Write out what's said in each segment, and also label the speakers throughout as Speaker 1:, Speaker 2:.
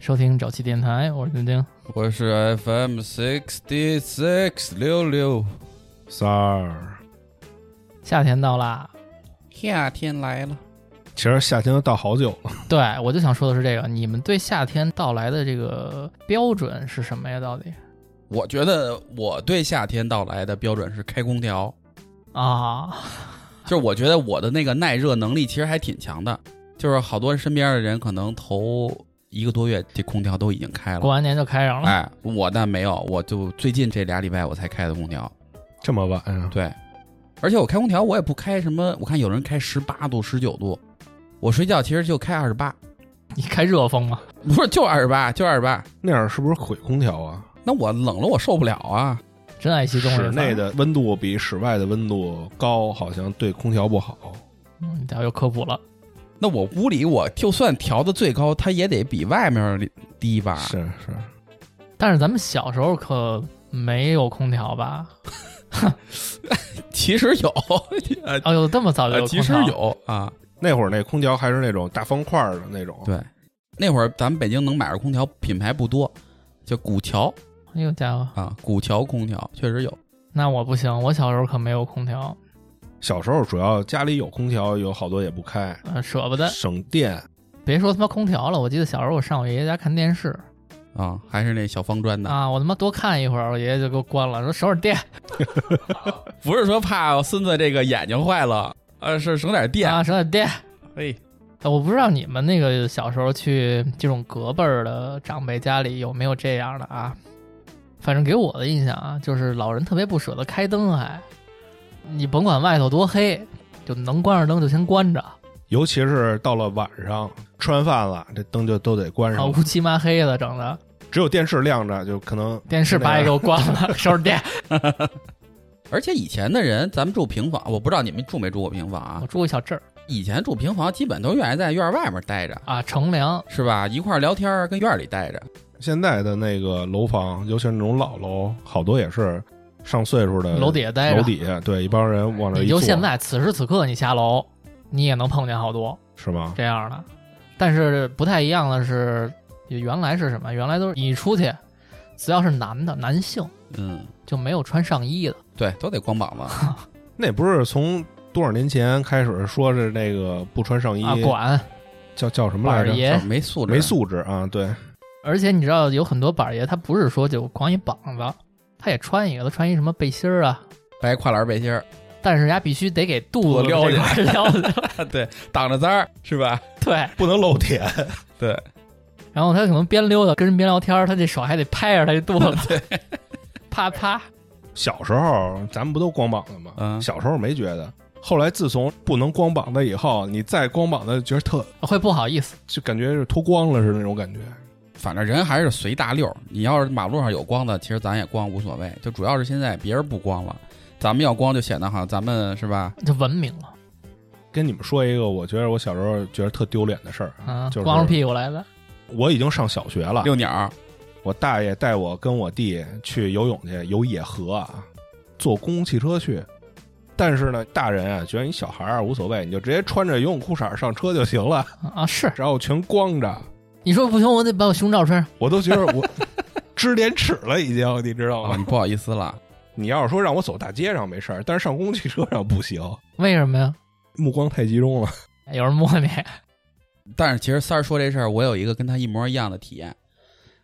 Speaker 1: 收听沼气电台，我是丁丁。
Speaker 2: 我是 FM sixty six 六六。
Speaker 3: 三儿，
Speaker 1: 夏天到啦，
Speaker 2: 夏天来了，
Speaker 3: 其实夏天都到好久了，
Speaker 1: 对我就想说的是这个，你们对夏天到来的这个标准是什么呀？到底
Speaker 2: 我觉得我对夏天到来的标准是开空调，
Speaker 1: 啊，
Speaker 2: 就是我觉得我的那个耐热能力其实还挺强的，就是好多身边的人可能头一个多月这空调都已经开
Speaker 1: 过
Speaker 2: 了，
Speaker 1: 完年就开上了，
Speaker 2: 哎，我那没有，我就最近这俩礼拜我才开的空调，
Speaker 3: 这么晚啊？
Speaker 2: 对，而且我开空调我也不开什么，我看有人开十八度、十九度，我睡觉其实就开二十八，
Speaker 1: 你开热风啊吗？
Speaker 2: 不是就二十八，就二十八，
Speaker 3: 那样是不是毁空调啊？
Speaker 2: 那我冷了我受不了啊。
Speaker 1: 真爱惜冬日
Speaker 3: 室
Speaker 1: 饭
Speaker 3: 内，的温度比室外的温度高，好像对空调不好。
Speaker 1: 嗯，你家又科普了。
Speaker 2: 那我屋里我就算调的最高，它也得比外面低吧？
Speaker 3: 是是，
Speaker 1: 但是咱们小时候可没有空调吧？
Speaker 2: 其实有， 呃
Speaker 1: 哦，有这么早就有
Speaker 2: 呃，
Speaker 1: 空调？
Speaker 2: 其实有啊。
Speaker 3: 那会儿那空调还是那种大方块儿的那种。
Speaker 2: 对，那会儿咱们北京能买着空调品牌不多，叫古桥
Speaker 1: 哎呦家伙，
Speaker 2: 啊，古桥空调确实有。
Speaker 1: 那我不行，我小时候可没有空调，
Speaker 3: 小时候主要家里有空调，有好多也不开，
Speaker 1: 呃，舍不得。
Speaker 3: 省电。
Speaker 1: 别说他妈空调了，我记得小时候我上我爷爷家看电视
Speaker 2: 啊，还是那小方砖的，
Speaker 1: 啊，我他妈多看一会儿，我爷爷就给我关了，说省点电。
Speaker 2: 不是说怕孙子这个眼睛坏了，呃，是省点电。
Speaker 1: 啊，省点电。
Speaker 2: 哎，
Speaker 1: 呃我不知道你们那个小时候去这种隔辈儿的长辈家里有没有这样的啊？反正给我的印象啊，就是老人特别不舍得开灯，还你甭管外头多黑，就能关上灯就先关着啊，
Speaker 3: 尤其是到了晚上，吃完饭了，这灯就都得关上了，
Speaker 1: 啊乌漆嘛黑的，整的
Speaker 3: 只有电视亮着，就可能
Speaker 1: 电视把也给我关了，省点电。
Speaker 2: 而且以前的人，咱们住平房，我不知道你们住没住过平房啊
Speaker 1: 我？住一小镇儿
Speaker 2: 以前住平房，基本都愿意在院儿外面待着，
Speaker 1: 啊，乘凉
Speaker 2: 是吧？一块儿聊天儿，跟院儿里待着。
Speaker 3: 现在的那个楼房，尤其是那种老楼，好多也是上岁数的
Speaker 1: 楼底下待着，
Speaker 3: 呃楼底下，哎对，一帮人往那儿
Speaker 1: 你
Speaker 3: 一
Speaker 1: 就
Speaker 3: 坐，
Speaker 1: 现在此时此刻你下楼，你也能碰见好多
Speaker 3: 是吗？
Speaker 1: 这样的。但是不太一样的是，原来是什么？原来都是你出去，只要是男的男性
Speaker 2: 嗯，
Speaker 1: 就没有穿上衣的。
Speaker 2: 对，都得光膀子。
Speaker 3: 那不是从多少年前开始说是那个不穿上衣，
Speaker 1: 啊，管
Speaker 3: 叫叫什么
Speaker 1: 板
Speaker 3: 来
Speaker 1: 儿
Speaker 3: 着？
Speaker 1: 爷。
Speaker 2: 没素质，
Speaker 3: 没。素质啊，对，
Speaker 1: 而且你知道有很多板儿爷，他不是说就光一膀子，他也穿一个，他穿一什么背心儿啊，
Speaker 2: 白跨栏背心儿，
Speaker 1: 但是人家必须得给肚子
Speaker 2: 多撩
Speaker 1: 这
Speaker 2: 一
Speaker 1: 块儿 撩的。
Speaker 2: 对，挡着灾儿是吧？
Speaker 1: 对，
Speaker 3: 不能露点，
Speaker 2: 对，
Speaker 1: 然后他可能边溜达跟人边聊天儿，他这手还得拍着他这肚子，啪啪。
Speaker 3: 小时候咱们不都光膀子吗？
Speaker 2: 嗯
Speaker 3: 小时候没觉得，后来自从不能光膀子以后，你再光膀子觉得特
Speaker 1: 会不好意思。
Speaker 3: 就感觉是脱光了似的那种感觉。
Speaker 2: 反正人还是随大溜儿。你要是马路上有光的，其实咱也光无所谓。就主要是现在别人不光了，咱们要光就显得好像咱们是吧？
Speaker 1: 就文明了
Speaker 3: 跟你们说一个，我觉得我小时候觉得特丢脸的事儿
Speaker 1: 啊，
Speaker 3: 就是
Speaker 1: 光着屁股来的。
Speaker 3: 我已经上小学了，
Speaker 2: 遛鸟儿，
Speaker 3: 我大爷带我跟我弟去游泳去，游野河啊，坐公共汽车去。但是呢，大人啊觉得你小孩儿啊无所谓，你就直接穿着游泳裤衩上车就行了，
Speaker 1: 啊，是
Speaker 3: 然后全光着，
Speaker 1: 你说不行，我得把我胸罩穿上。
Speaker 3: 我都觉得我知廉耻了已经，你知道
Speaker 2: 哦，
Speaker 3: 吗？
Speaker 2: 你不好意思了。
Speaker 3: 你要是说让我走大街上没事儿，但是上公共汽车上不行，
Speaker 1: 为什么呀？
Speaker 3: 目光太集中了。
Speaker 1: 有人摸你，
Speaker 2: 但是其实三儿说这事儿，我有一个跟他一模一样的体验，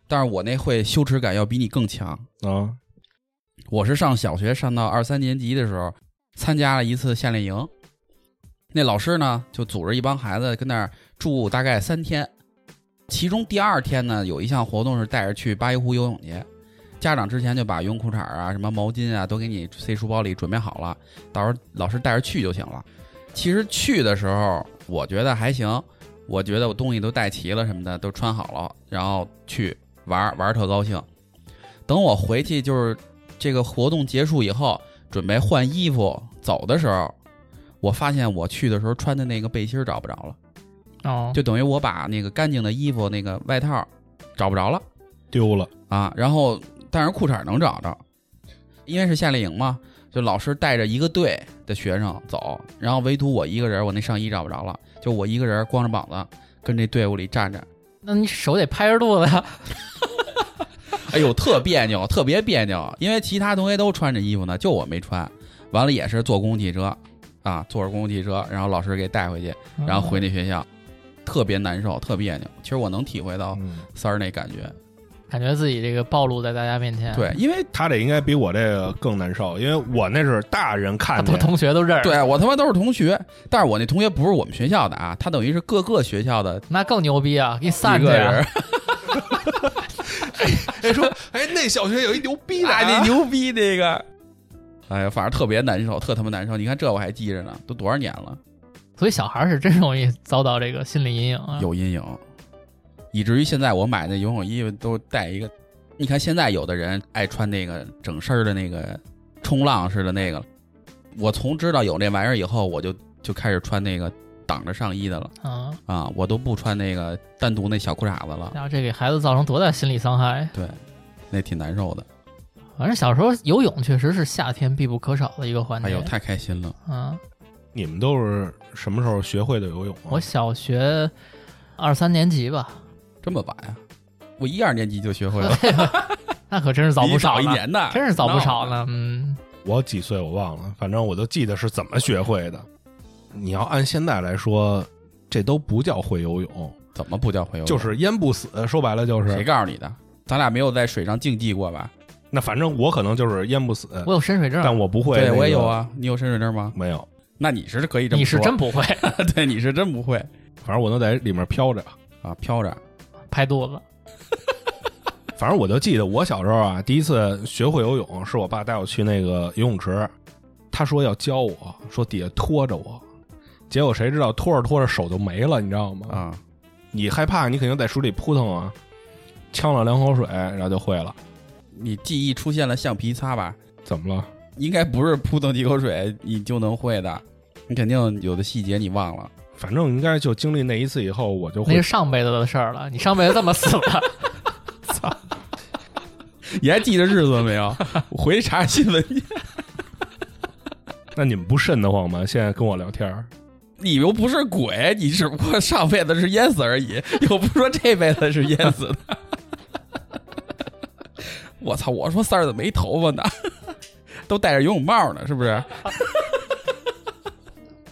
Speaker 2: 但是我那会羞耻感要比你更强。
Speaker 3: 啊，
Speaker 2: 我是上小学上到二三年级的时候，参加了一次夏令营。那老师呢，就组织一帮孩子跟那儿住大概三天，其中第二天呢，有一项活动是带着去八一湖游泳去。家长之前就把游泳裤衩啊、什么毛巾啊都给你塞书包里准备好了，到时候老师带着去就行了。其实去的时候，我觉得还行，我觉得我东西都带齐了什么的，都穿好了，然后去玩儿玩儿特高兴。等我回去就是这个活动结束以后，准备换衣服走的时候，我发现我去的时候穿的那个背心儿找不着了，
Speaker 1: 哦，
Speaker 2: 就等于我把那个干净的衣服、那个外套找不着了
Speaker 3: 丢了，
Speaker 2: 啊。然后，但是裤衩能找着，因为是夏令营嘛，就老师带着一个队的学生走，然后唯独我一个人，我那上衣找不着了，就我一个人光着膀子跟这队伍里站着，
Speaker 1: 那你手得拍着肚子呀。
Speaker 2: 哎呦，特别扭，特别别扭，因为其他同学都穿着衣服呢，就我没穿。完了也是坐公共汽车，啊，坐着公共汽车，然后老师给带回去，然后回那学校，特别难受，特别别扭。其实我能体会到
Speaker 3: 嗯
Speaker 2: 三儿那感觉，
Speaker 1: 感觉自己这个暴露在大家面前，
Speaker 2: 对，因为
Speaker 3: 他这应该比我这个更难受，因为我那是大人
Speaker 1: 啊，
Speaker 3: 看
Speaker 1: 都
Speaker 3: 见，
Speaker 1: 同学都认识，
Speaker 2: 对我他妈都是同学，但是我那同学不是我们学校的啊，他等于是各个学校的
Speaker 1: 那更牛逼啊！给你散
Speaker 2: 一
Speaker 1: 去
Speaker 2: 个
Speaker 1: 啊，
Speaker 2: 人，
Speaker 3: 哎说，哎，那小学有一牛逼的啊，
Speaker 2: 哎，那牛逼那个， 哎呀，反正特别难受，特他妈难受。你看这我还记着呢，都多少年了，
Speaker 1: 所以小孩是真容易遭到这个心理阴影啊。
Speaker 2: 有阴影，以至于现在我买的游泳衣服都带一个。你看现在有的人爱穿那个整身儿的那个冲浪似的那个，我从知道有那玩意儿以后，我就就开始穿那个挡着上衣的了
Speaker 1: 嗯，
Speaker 2: 啊，我都不穿那个单独那小裤衩子了，
Speaker 1: 然后这给孩子造成多大心理伤害？
Speaker 2: 对，那挺难受的。
Speaker 1: 反正小时候游泳确实是夏天必不可少的一个环节。
Speaker 2: 哎呦，太开心了！
Speaker 1: 嗯，
Speaker 3: 你们都是什么时候学会的游泳、啊？
Speaker 1: 我小学二三年级吧，
Speaker 2: 这么晚呀、我一二年级就学会了，
Speaker 1: 那可真是 早
Speaker 2: 比你
Speaker 1: 不少
Speaker 2: 一
Speaker 1: 呢，
Speaker 2: 年呢，
Speaker 1: 真是早不少
Speaker 2: 闹
Speaker 1: 呢。嗯，
Speaker 3: 我几岁我忘了，反正我就记得是怎么学会的。你要按现在来说，这都不叫会游泳，
Speaker 2: 怎么不叫会游泳？
Speaker 3: 就是淹不死。说白了就
Speaker 2: 谁
Speaker 3: 是，
Speaker 2: 告诉你的？咱俩没有在水上竞技过吧？
Speaker 3: 那反正我可能就是淹不死，
Speaker 1: 我有深水证，
Speaker 3: 但我不会、
Speaker 2: 啊对，我也有
Speaker 3: 啊，
Speaker 2: 啊。你有深水证吗？
Speaker 3: 没有，
Speaker 2: 那你是可以这么
Speaker 1: 你是
Speaker 2: 说
Speaker 1: 真不会
Speaker 2: 对，你是真不会
Speaker 3: 反正我能在里面飘着。
Speaker 2: 啊，飘着。
Speaker 1: 拍肚子。
Speaker 3: 反正我就记得我小时候啊，第一次学会游泳是我爸带我去那个游泳池，他说要教我，说底下拖着我，结果谁知道拖着拖着手就没了，你知道吗？
Speaker 2: 啊，
Speaker 3: 你害怕，你肯定在水里扑腾啊，呛了两口水，然后就会了。
Speaker 2: 你记忆出现了橡皮擦吧？
Speaker 3: 怎么了？
Speaker 2: 应该不是扑腾几口水你就能会的，你肯定有的细节你忘了。
Speaker 3: 反正应该就经历那一次以后，我就
Speaker 1: 那
Speaker 3: 会
Speaker 1: 是上辈子的事儿了，你上辈子这么死了，
Speaker 2: 你还记得日子没有？我 回去查新闻去。
Speaker 3: 那你们不瘆得慌吗？现在跟我聊天儿，
Speaker 2: 你又不是鬼，你只不过上辈子是淹死而已， 又不是说这辈子是淹死的。 我操！我说三儿怎么没头发呢？ 都戴着游泳帽呢，是不是？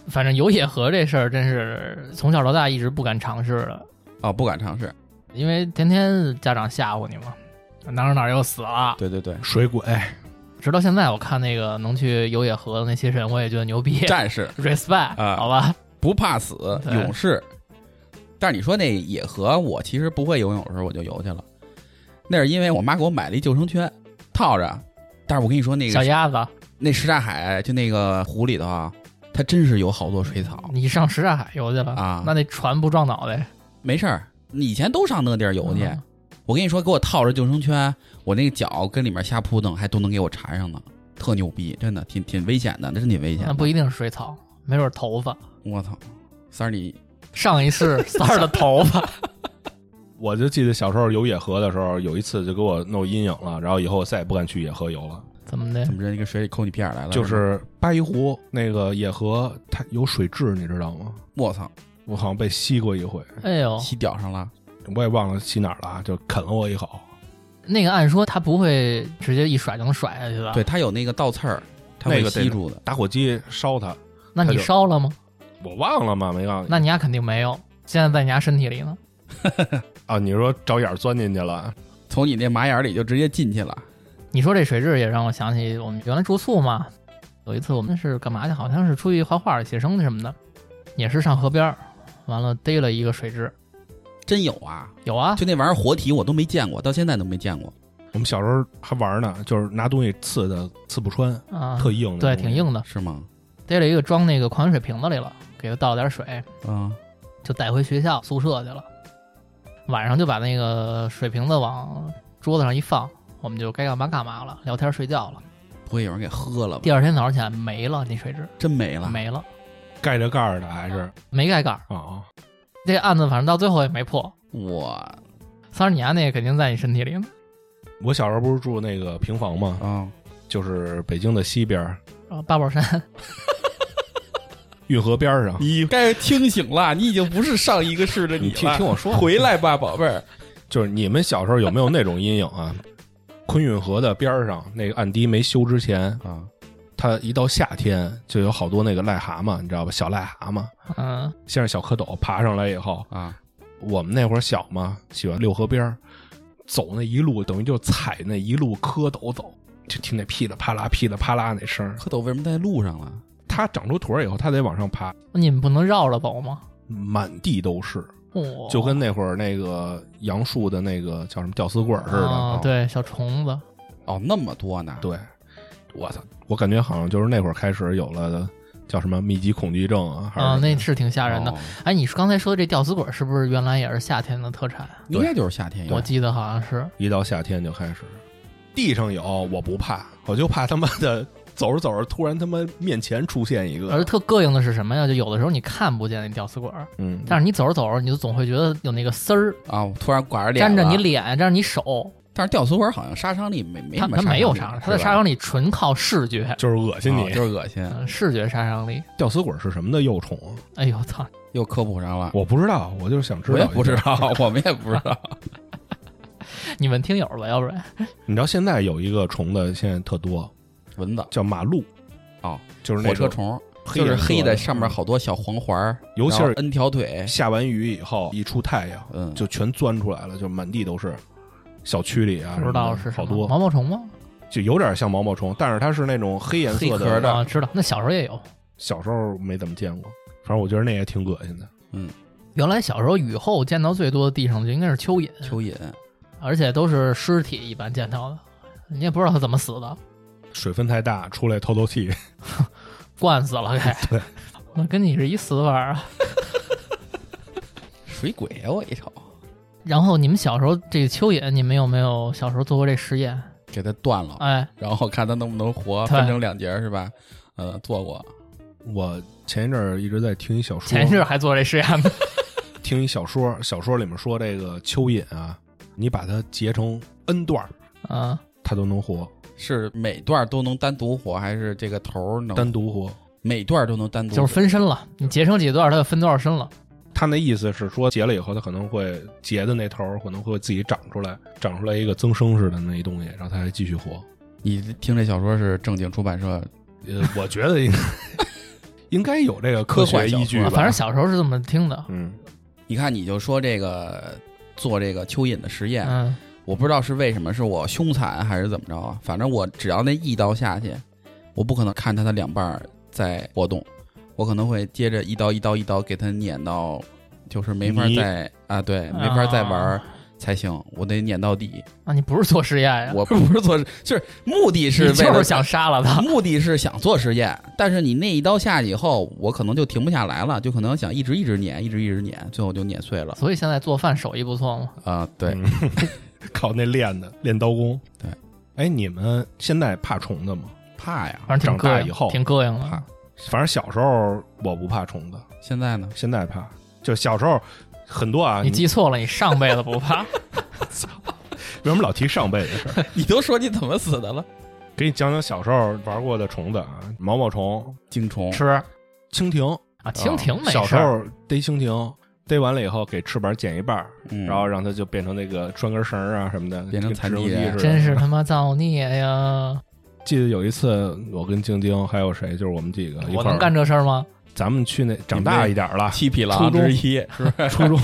Speaker 1: 反正游野河这事儿真是从小到大一直不敢尝试的。
Speaker 2: 哦，不敢尝试。
Speaker 1: 因为天天家长吓唬你嘛，哪儿哪儿又死了。
Speaker 2: 对 对对，
Speaker 3: 水鬼
Speaker 1: 直到现在，我看那个能去游野河的那些人，我也觉得牛逼
Speaker 2: 战士
Speaker 1: ，respect，、
Speaker 2: 啊
Speaker 1: 好吧？
Speaker 2: 不怕死，
Speaker 1: 对
Speaker 2: 勇士。但是你说那野河，我其实不会游泳的时候我就游去了，那是因为我妈给我买了一救生圈套着。但是我跟你说，那
Speaker 1: 小
Speaker 2: 个
Speaker 1: 鸭子，
Speaker 2: 那什刹海就那个湖里头啊，它真是有好多水草。
Speaker 1: 你上什刹海游去了
Speaker 2: 啊
Speaker 1: 那那船不撞脑袋？
Speaker 2: 没事儿，你以前都上那个地儿游去。
Speaker 1: 嗯
Speaker 2: 我跟你说，给我套着救生圈，我那个脚跟里面瞎扑腾，还都能给我缠上呢，特牛逼，真的挺挺危险的，那真挺危险
Speaker 1: 那
Speaker 2: 的。
Speaker 1: 不一定是水草，没准儿头发。
Speaker 2: 我操，三儿你
Speaker 1: 上一 世三儿的头发，
Speaker 3: 我就记得小时候游野河的时候，有一次就给我弄阴影了，然后以后我再也不敢去野河游了。
Speaker 1: 怎么的
Speaker 2: 怎？么着？你跟水里抠你屁眼儿来了？
Speaker 3: 就
Speaker 2: 吗
Speaker 3: 是八一湖那个野河，它有水蛭，你知道吗？
Speaker 2: 我操，
Speaker 3: 我好像被吸过一回，
Speaker 1: 哎呦，
Speaker 2: 吸屌上了。
Speaker 3: 我也忘了吸哪儿了啊，就啃了我一口。
Speaker 1: 那个按说他不会直接一甩就能甩下去的，
Speaker 2: 对，，它有那个倒刺儿，它
Speaker 3: 那
Speaker 2: 会
Speaker 3: 个得
Speaker 2: 吸住的。
Speaker 3: 打火机烧它，
Speaker 1: 那你
Speaker 3: 他就
Speaker 1: 烧了吗？
Speaker 3: 我忘了吗？没告诉你
Speaker 1: 那你丫肯定没有，现在在你丫身体里呢。
Speaker 3: 啊？你说找眼儿钻进去了？
Speaker 2: 从你那马眼里就直接进去了。
Speaker 1: 你说这水质也让我想起我们原来住宿嘛，有一次我们是干嘛去？好像是出去画画、写生什么的，也是上河边儿，完了逮了一个水蛭。
Speaker 2: 真有啊！
Speaker 1: 有啊，
Speaker 2: 就那玩意儿活体我都没见过，到现在都没见过。
Speaker 3: 我们小时候还玩呢，就是拿东西刺的，刺不穿，
Speaker 1: 啊，
Speaker 3: 特硬的，
Speaker 1: 对，挺。硬的，
Speaker 2: 是吗？
Speaker 1: 逮了一个装那个矿泉水瓶子里了，给它倒了点水，
Speaker 2: 嗯，
Speaker 1: 就带回学校宿舍去了。晚上就把那个水瓶子往桌子上一放，我们就该干嘛干嘛了，聊天睡觉了。
Speaker 2: 不会有人给喝了吧
Speaker 1: 第？二天早上起来没了，那水蛭
Speaker 2: 真没
Speaker 3: 啊
Speaker 2: 了。
Speaker 1: 没了，
Speaker 3: 盖着盖儿的还是啊、
Speaker 1: 没盖盖儿。
Speaker 3: 哦
Speaker 1: 这案子反正到最后也没破。
Speaker 2: 我
Speaker 1: 三儿，你啊丫那个肯定在你身体里呢。
Speaker 3: 我小时候不是住那个平房吗？
Speaker 2: 啊，
Speaker 1: 呃
Speaker 3: 就是北京的西边儿，
Speaker 1: 啊，八宝山
Speaker 3: 运河边儿上。
Speaker 2: 你该清醒了，你已经不是上一个世的
Speaker 3: 你
Speaker 2: 了。
Speaker 3: 听听我说
Speaker 2: 回来吧，宝贝儿。
Speaker 3: 就是你们小时候有没有那种阴影啊？昆运河的边儿上那个岸堤没修之前，
Speaker 2: 啊，
Speaker 3: 它一到夏天就有好多那个癞蛤蟆，你知道吧？小癞蛤蟆，
Speaker 1: 嗯，
Speaker 3: 先是小蝌蚪爬上来以后，
Speaker 2: 啊，
Speaker 3: 我们那会儿小嘛，喜欢溜河边儿，走那一路，等于就踩那一路蝌蚪走，就听那噼里啪啦、噼里啪啦那声儿。
Speaker 2: 蝌蚪为什么在路上了？
Speaker 3: 它长出腿儿以后，它得往上爬，
Speaker 1: 你们不能绕着走吗？
Speaker 3: 满地都是，
Speaker 1: 哦、
Speaker 3: 就跟那会儿那个杨树的那个叫什么吊死鬼儿似的。
Speaker 1: 啊对小虫子，
Speaker 2: 哦，那么多呢？，
Speaker 3: 对，我操，我感觉好像就是那会儿开始有了叫什么密集恐惧症啊，还是
Speaker 1: 啊，
Speaker 3: 什么
Speaker 1: 那是挺吓人的。
Speaker 2: 哦，
Speaker 1: 哎，你说刚才说的这吊死鬼是不是原来也是夏天的特产？
Speaker 2: 应该就是夏天有
Speaker 1: 我。记得好像是。
Speaker 3: 一到夏天就开始，地上有我不怕，我就怕他妈的走着走着突然他妈面前出现一
Speaker 1: 而
Speaker 3: 个，
Speaker 1: 特膈应的是什么呀？就有的时候你看不见那吊死鬼儿，
Speaker 3: 嗯，
Speaker 1: 但是你走着走着，你就总会觉得有那个丝儿
Speaker 2: 啊！我突然刮着脸，
Speaker 1: 粘着你。脸，粘着你手。
Speaker 2: 但是吊死鬼好像杀伤力没没
Speaker 1: 它
Speaker 2: 什么
Speaker 1: 它没有杀伤
Speaker 2: 伤力，
Speaker 1: 力，它的杀伤力纯靠视觉，
Speaker 3: 啊就是恶心你。
Speaker 2: 哦就是恶心。
Speaker 1: 嗯视觉杀伤力。
Speaker 3: 吊死鬼是什么的幼虫啊？
Speaker 1: 哎呦操！
Speaker 2: 又科普上了，
Speaker 3: 我不知道，我就是想知道
Speaker 2: 我也
Speaker 3: 一下。
Speaker 2: 不知道，我们也不知道。
Speaker 1: 你问听友吧，要不然
Speaker 3: 你知道现在有一个虫子现在特多，
Speaker 2: 蚊子
Speaker 3: 叫马路
Speaker 2: 哦，
Speaker 3: 就是那
Speaker 2: 火
Speaker 3: 个
Speaker 2: 车虫，
Speaker 3: 黑
Speaker 2: 就
Speaker 3: 颜
Speaker 2: 是
Speaker 3: 色
Speaker 2: 黑
Speaker 3: 的，
Speaker 2: 的，上面好多小黄环儿，
Speaker 3: 尤其是
Speaker 2: 然后哎摁条腿，
Speaker 3: 下完雨以后一出太阳，
Speaker 2: 嗯，
Speaker 3: 就全钻出来了，就满地都是。小区里啊，
Speaker 1: 不知道
Speaker 3: 什么
Speaker 1: 是
Speaker 3: 的
Speaker 1: 什
Speaker 3: 好
Speaker 1: 么
Speaker 3: 多
Speaker 1: 毛毛虫吗？
Speaker 3: 就有点像毛毛虫，但是它是那种黑颜色
Speaker 2: 黑壳
Speaker 3: 的。
Speaker 2: 是的
Speaker 1: 啊，知道。那小时候也有。
Speaker 3: 小时候没怎么见过，反正我觉得那也挺恶心的。
Speaker 1: 原来小时候雨后见到最多的地上就应该是蚯蚓，
Speaker 2: 蚯蚓。
Speaker 1: 而且都是尸体一般见到的，你也不知道它怎么死的，
Speaker 3: 水分太大，出来透透气。
Speaker 1: 灌死了给。
Speaker 3: 对，
Speaker 1: 那跟你是一死法儿啊。
Speaker 2: 水鬼呀、我一瞅，
Speaker 1: 然后你们小时候这个蚯蚓，你们有没有小时候做过这实验？
Speaker 2: 给它断了，
Speaker 1: 哎，
Speaker 2: 然后看它能不能活，
Speaker 1: 对
Speaker 2: 分成两截儿是吧？呃，做过，
Speaker 3: 我前一阵儿一直在听一小说，
Speaker 1: 前一阵儿还做这实验 呢。
Speaker 3: 听一小说，小说里面说这个蚯蚓啊，你把它截成 n 段儿，
Speaker 1: 啊，
Speaker 3: 它都能活，
Speaker 2: 是每段都能单独活，还是这个头儿能
Speaker 3: 单独活。
Speaker 2: 每段都能单 独活？
Speaker 1: 就是分身了，你截成几段儿，它就分多少身了。
Speaker 3: 他那意思是说，截了以后，它可能会截的那头儿可能会自己长出来，长出来一个增生似的那一东西，然后它还继续活。
Speaker 2: 你听这小说是正经出版社，
Speaker 3: 呃，我觉得应该应该有这个科
Speaker 2: 科幻
Speaker 3: 学
Speaker 2: 小说
Speaker 3: 依据吧。
Speaker 1: 啊反正小时候是这么听的。
Speaker 3: 嗯，
Speaker 2: 你看你就说这个做这个蚯蚓的实验，
Speaker 1: 嗯，
Speaker 2: 我不知道是为什么，是我凶残还是怎么着啊？反正我只要那一刀下去，我不可能看它的两半儿在活动，我可能会接着一刀一刀一刀给它撵到，就是没法
Speaker 3: 泥
Speaker 2: 再啊，对，没法再玩儿
Speaker 1: 啊
Speaker 2: 才行，我得撵到 底。
Speaker 1: 啊，你不是做实验呀？
Speaker 2: 我不是做，就是目的是
Speaker 1: 你
Speaker 2: 为
Speaker 1: 就
Speaker 2: 了
Speaker 1: 是想杀了它。
Speaker 2: 目的是想做实验，但是你那一刀下去以后，我可能就停不下来了，就可能想一直一直撵，一直一直撵，最后就撵碎了。
Speaker 1: 所以现在做饭手艺不错嘛。
Speaker 2: 啊、对，
Speaker 3: 嗯，靠那练的练刀工。
Speaker 2: 对，
Speaker 3: 哎，你们现在怕虫子吗？
Speaker 2: 怕呀。
Speaker 1: 反正挺
Speaker 3: 长大
Speaker 1: 膈
Speaker 3: 以后啊
Speaker 1: 应，挺膈应的
Speaker 3: 怕。反正小时候我不怕虫子，
Speaker 2: 现在呢？
Speaker 3: 现在怕。就小时候很多啊，
Speaker 1: 你记错了，你上辈子不怕。
Speaker 3: 为什么老提上辈子的事儿？
Speaker 2: 你都说你怎么死的了？
Speaker 3: 给你讲讲小时候玩过的虫子啊，毛毛虫、
Speaker 2: 精虫
Speaker 1: 吃
Speaker 3: 蜻蜓。
Speaker 1: 啊，蜻蜓没
Speaker 3: 小时
Speaker 1: 事儿。
Speaker 3: 候逮蜻蜓，逮完了以后给翅膀剪一半儿，
Speaker 2: 嗯
Speaker 3: 然后让它就变成那个拴根绳儿啊什么的，
Speaker 2: 变成
Speaker 3: 跟
Speaker 2: 残
Speaker 3: 植物
Speaker 2: 疾人
Speaker 3: 机似的。
Speaker 1: 真是他妈造孽呀！
Speaker 3: 记得有一次，我跟晶晶还有谁，就是我们几个一
Speaker 1: 我
Speaker 3: 块
Speaker 1: 能
Speaker 3: 儿，
Speaker 1: 干这事儿吗？
Speaker 3: 咱们去那长大一点儿了，
Speaker 2: 七匹
Speaker 3: 初
Speaker 2: 狼
Speaker 3: 中
Speaker 2: 之一，是不是？
Speaker 3: 初中，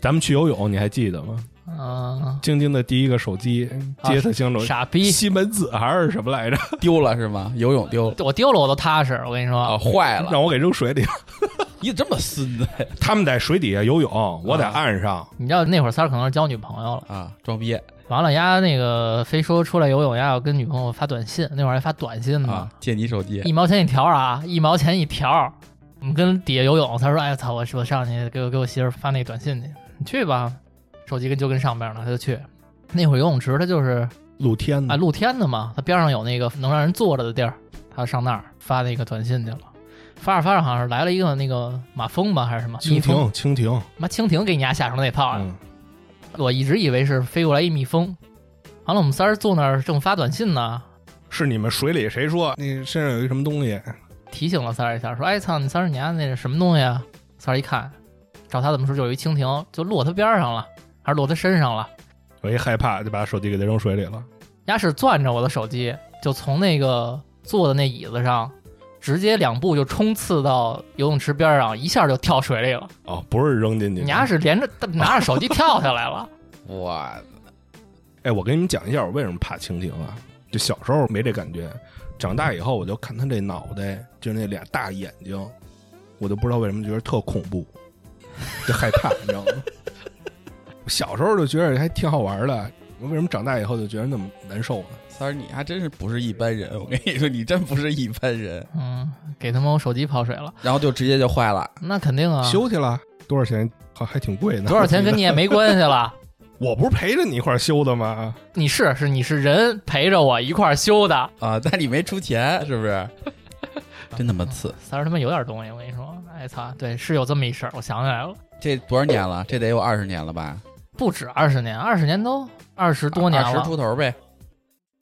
Speaker 3: 咱们去游泳，你还记得吗？
Speaker 1: 嗯，
Speaker 3: 晶晶的第一个手机接她相中，
Speaker 1: 傻逼，
Speaker 3: 西门子还是什么来着？
Speaker 2: 丢了是吗？游泳丢了
Speaker 1: 我丢了我都踏实。我跟你
Speaker 2: 啊，
Speaker 3: 哦
Speaker 1: 说，
Speaker 2: 坏了！
Speaker 3: 让我给扔水里。
Speaker 2: 你怎么这么孙子呀
Speaker 3: 他们在水底下游泳，我在岸上。
Speaker 1: 你知道那会儿三儿可能是交女朋友了，
Speaker 2: 啊？装逼
Speaker 1: 完了丫那个非说出来游泳，丫要跟女朋友发短信，那会儿还发短信呢
Speaker 2: 啊，！借你手机
Speaker 1: 一毛钱一条啊，一毛钱一条。我们跟底下游泳，他说：“哎操，我我上去给我给我媳妇儿发那短信去，你去吧。”手机跟就跟上边了，他就去。那会儿游泳池它就是
Speaker 3: 露天
Speaker 1: 啊
Speaker 3: 的，
Speaker 1: 露天的嘛，它边上有那个能让人坐着的地儿，他上那儿发那个短信去了。发着发着好像是来了一个那个马蜂吧还是什么
Speaker 3: 蜻
Speaker 1: 蜜
Speaker 3: 蜓
Speaker 1: 蜂，，啊
Speaker 3: 蜻蜓，
Speaker 1: 妈蜻蜓给你家吓成那泡呀！
Speaker 3: 嗯，
Speaker 1: 我一直以为是飞过来一蜜蜂。完了，我们仨儿坐那儿正发短信呢，
Speaker 3: 是你们水里谁说那身上有一什么东西？
Speaker 1: 提醒了三儿一下，说：“哎操，你三儿你家那是什么东西啊？”三儿一看，照他怎么说，就有一蜻蜓就落他边儿上了，还是落他身上了。
Speaker 3: 我一害怕就把手机给它扔水里了。
Speaker 1: 丫是攥着我的手机，就从那个坐的那椅子上，直接两步就冲刺到游泳池边儿上，一下就跳水里了。
Speaker 3: 哦，不是扔进去的。
Speaker 1: 你丫是连着拿着手机跳下来了。
Speaker 2: 我
Speaker 3: 哎，我给你们讲一下我为什么怕蜻蜓啊。就小时候没这感觉，长大以后我就看它这脑袋，就那俩大眼睛，我就不知道为什么觉得特恐 怖，就害怕，你知道吗？小时候就觉得还挺好玩的，为什么长大以后就觉得那么难受呢？
Speaker 2: 三儿，你还真是不是一般人，我跟你说，你真不是一般人。
Speaker 1: 嗯，给他们我手机泡水了，
Speaker 2: 然后就直接就坏了，
Speaker 1: 那肯定啊，
Speaker 3: 修去了多少钱？还还挺贵呢。
Speaker 1: 多少钱跟你也没关系了。
Speaker 3: 我不是陪着你一块儿修的吗？
Speaker 1: 你是是你是人陪着我一块儿修的，
Speaker 2: 啊！但你没出钱，是不是？ 真他妈次！
Speaker 1: 三儿他妈有点东西，我跟你说，哎操，对，是有这么一事儿，我想起来了，
Speaker 2: 这多少年了？这得有二十年了吧？
Speaker 1: 不止二十年，二十年都二十多年
Speaker 2: 二十
Speaker 1: 了，
Speaker 2: 出头呗。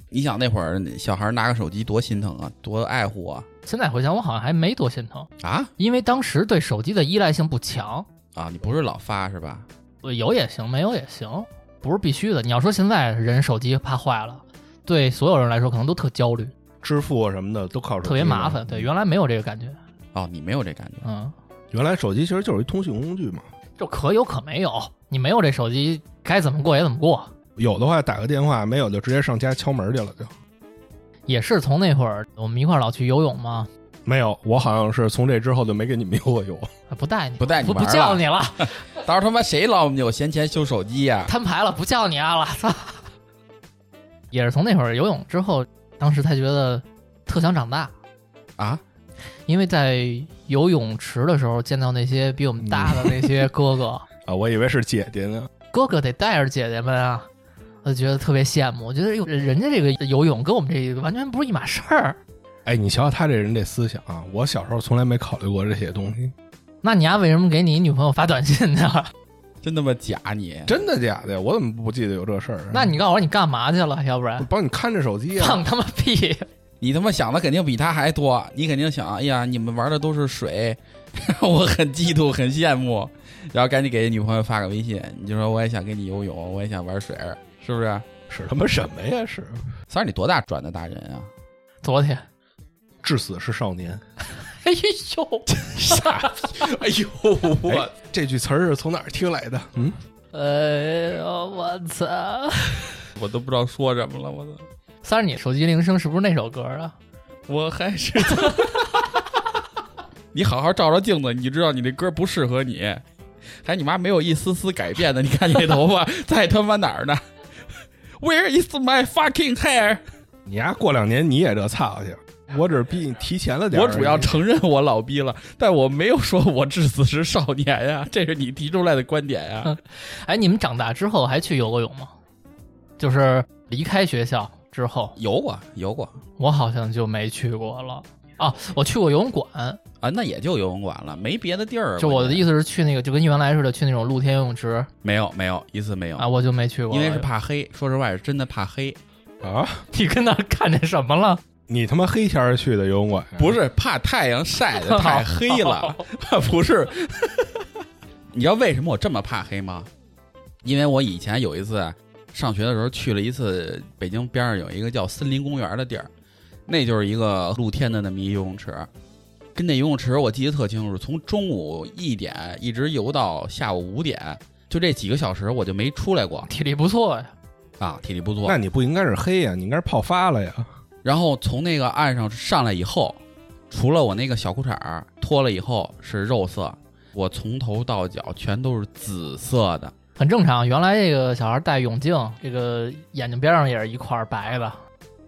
Speaker 2: 你想那会儿小孩拿个手机多心疼啊，多爱护啊！
Speaker 1: 现在回想我好像还没多心疼，
Speaker 2: 啊
Speaker 1: 因为当时对手机的依赖性不强，
Speaker 2: 啊！你不是老发是吧？
Speaker 1: 有也行，没有也行，不是必须的。你要说现在人手机怕坏了，对所有人来说可能都特焦虑，
Speaker 3: 支付啊什么的都靠手机，
Speaker 1: 特别麻烦。。对，原来没有这个感觉，
Speaker 2: 哦，你没有这感觉。
Speaker 1: 嗯，
Speaker 3: 原来手机其实就是一通讯工具嘛，
Speaker 1: 就可有可没有，你没有这手机该怎么过也怎么过。
Speaker 3: 有的话打个电话，没有就直接上家敲门去了就。
Speaker 1: 也是从那会儿我们一块儿老去游泳嘛，
Speaker 3: 没有，我好像是从这之后就没给你们 游过泳。
Speaker 1: 啊不带你，
Speaker 2: 不带你
Speaker 1: 不
Speaker 2: 玩
Speaker 1: 不
Speaker 2: 儿
Speaker 1: 叫
Speaker 2: 了
Speaker 1: 你了，
Speaker 2: 到时候他妈谁老有闲钱修手机呀、
Speaker 1: 摊牌了，不叫你啊了，操！也是从那会儿游泳之后，当时才觉得特想长大，
Speaker 2: 啊？
Speaker 1: 因为在游泳池的时候见到那些比我们大的那些哥哥，
Speaker 3: 啊，我以为是姐姐呢。
Speaker 1: 哥哥得带着姐姐们啊，我就觉得特别羡慕。我觉得哟，人家这个游泳跟我们这个完全不是一码事儿。
Speaker 3: 哎，你瞧瞧他这人这思想啊，我小时候从来没考虑过这些东西。
Speaker 1: 那你丫、为什么给你女朋友发短信去了？
Speaker 2: 真他妈假你！
Speaker 3: 真的假的呀？我怎么不记得有这事儿啊？
Speaker 1: 那你告诉我你干嘛去了？要不
Speaker 3: 我
Speaker 1: 然
Speaker 3: 帮你看着手机啊
Speaker 1: 放？他妈屁！
Speaker 2: 你他妈想的肯定比他还多，你肯定想，哎呀，你们玩的都是水， 我很嫉妒，很羡慕，然后赶紧给女朋友发个微信，你就说我也想跟你游泳，我也想玩水，是不是？
Speaker 3: 是他妈什么呀？是
Speaker 2: 三儿，你多大转的大人 啊？
Speaker 1: 昨天，
Speaker 3: 至死是少年。
Speaker 1: 哎呦，
Speaker 2: 哎呦，我
Speaker 3: 哎这句词儿是从哪儿听来的？嗯，
Speaker 1: 哎呦，我操！
Speaker 2: 我都不知道说什么了，我都，
Speaker 1: 三儿，你手机铃声是不是那首歌啊？
Speaker 2: 我还是， 你好好照照镜子，你就知道你这歌不适合你，还你妈没有一丝丝改变的，你看你这头发 在他妈哪儿呢？Where is my fucking hair？
Speaker 3: 你呀，过两年你也这操去，我只是比你提前了点儿
Speaker 2: 我
Speaker 3: 而已。
Speaker 2: 主要承认我老逼了，但我没有说我至死是少年呀，这是你提出来的观点啊呀。
Speaker 1: 哎，你们长大之后还去游过泳吗？就是离开学校之后，
Speaker 2: 游过，游过
Speaker 1: 我好像就没去过了。啊，我去过游泳馆，
Speaker 2: 啊，那也就游泳馆了，没别的地儿。啊
Speaker 1: 就我的
Speaker 2: 一
Speaker 1: 意思是去那个，就跟原来似的去那种露天游泳池
Speaker 2: 没有没有一次没有，
Speaker 1: 啊，我就没去过，
Speaker 2: 因为是。怕黑。说实话，是真的怕黑，
Speaker 3: 啊，
Speaker 1: 你跟那儿看见什么了？
Speaker 3: 你他妈黑天儿去的游泳馆呀？
Speaker 2: 不是怕太阳晒的太黑 了，哦不是。你知道为什么我这么怕黑吗？因为我以前有一次啊上学的时候去了一次北京边上有一个叫森林公园的地儿，那就是一个露天的那么一游泳池。跟那游泳池我记得特清楚，从中午一点一直游到下午五点，就这几个小时我就没出来过
Speaker 1: 体力不错呀，
Speaker 2: 啊，体力不错。
Speaker 3: 那你不应该是黑呀，你应该是泡发了呀。
Speaker 2: 然后从那个岸上上来以后，除了我那个小裤衩儿脱了以后是肉色，我从头到脚全都是紫色的。
Speaker 1: 很正常。原来这个小孩戴泳镜，这个眼睛边上也是一块儿白的，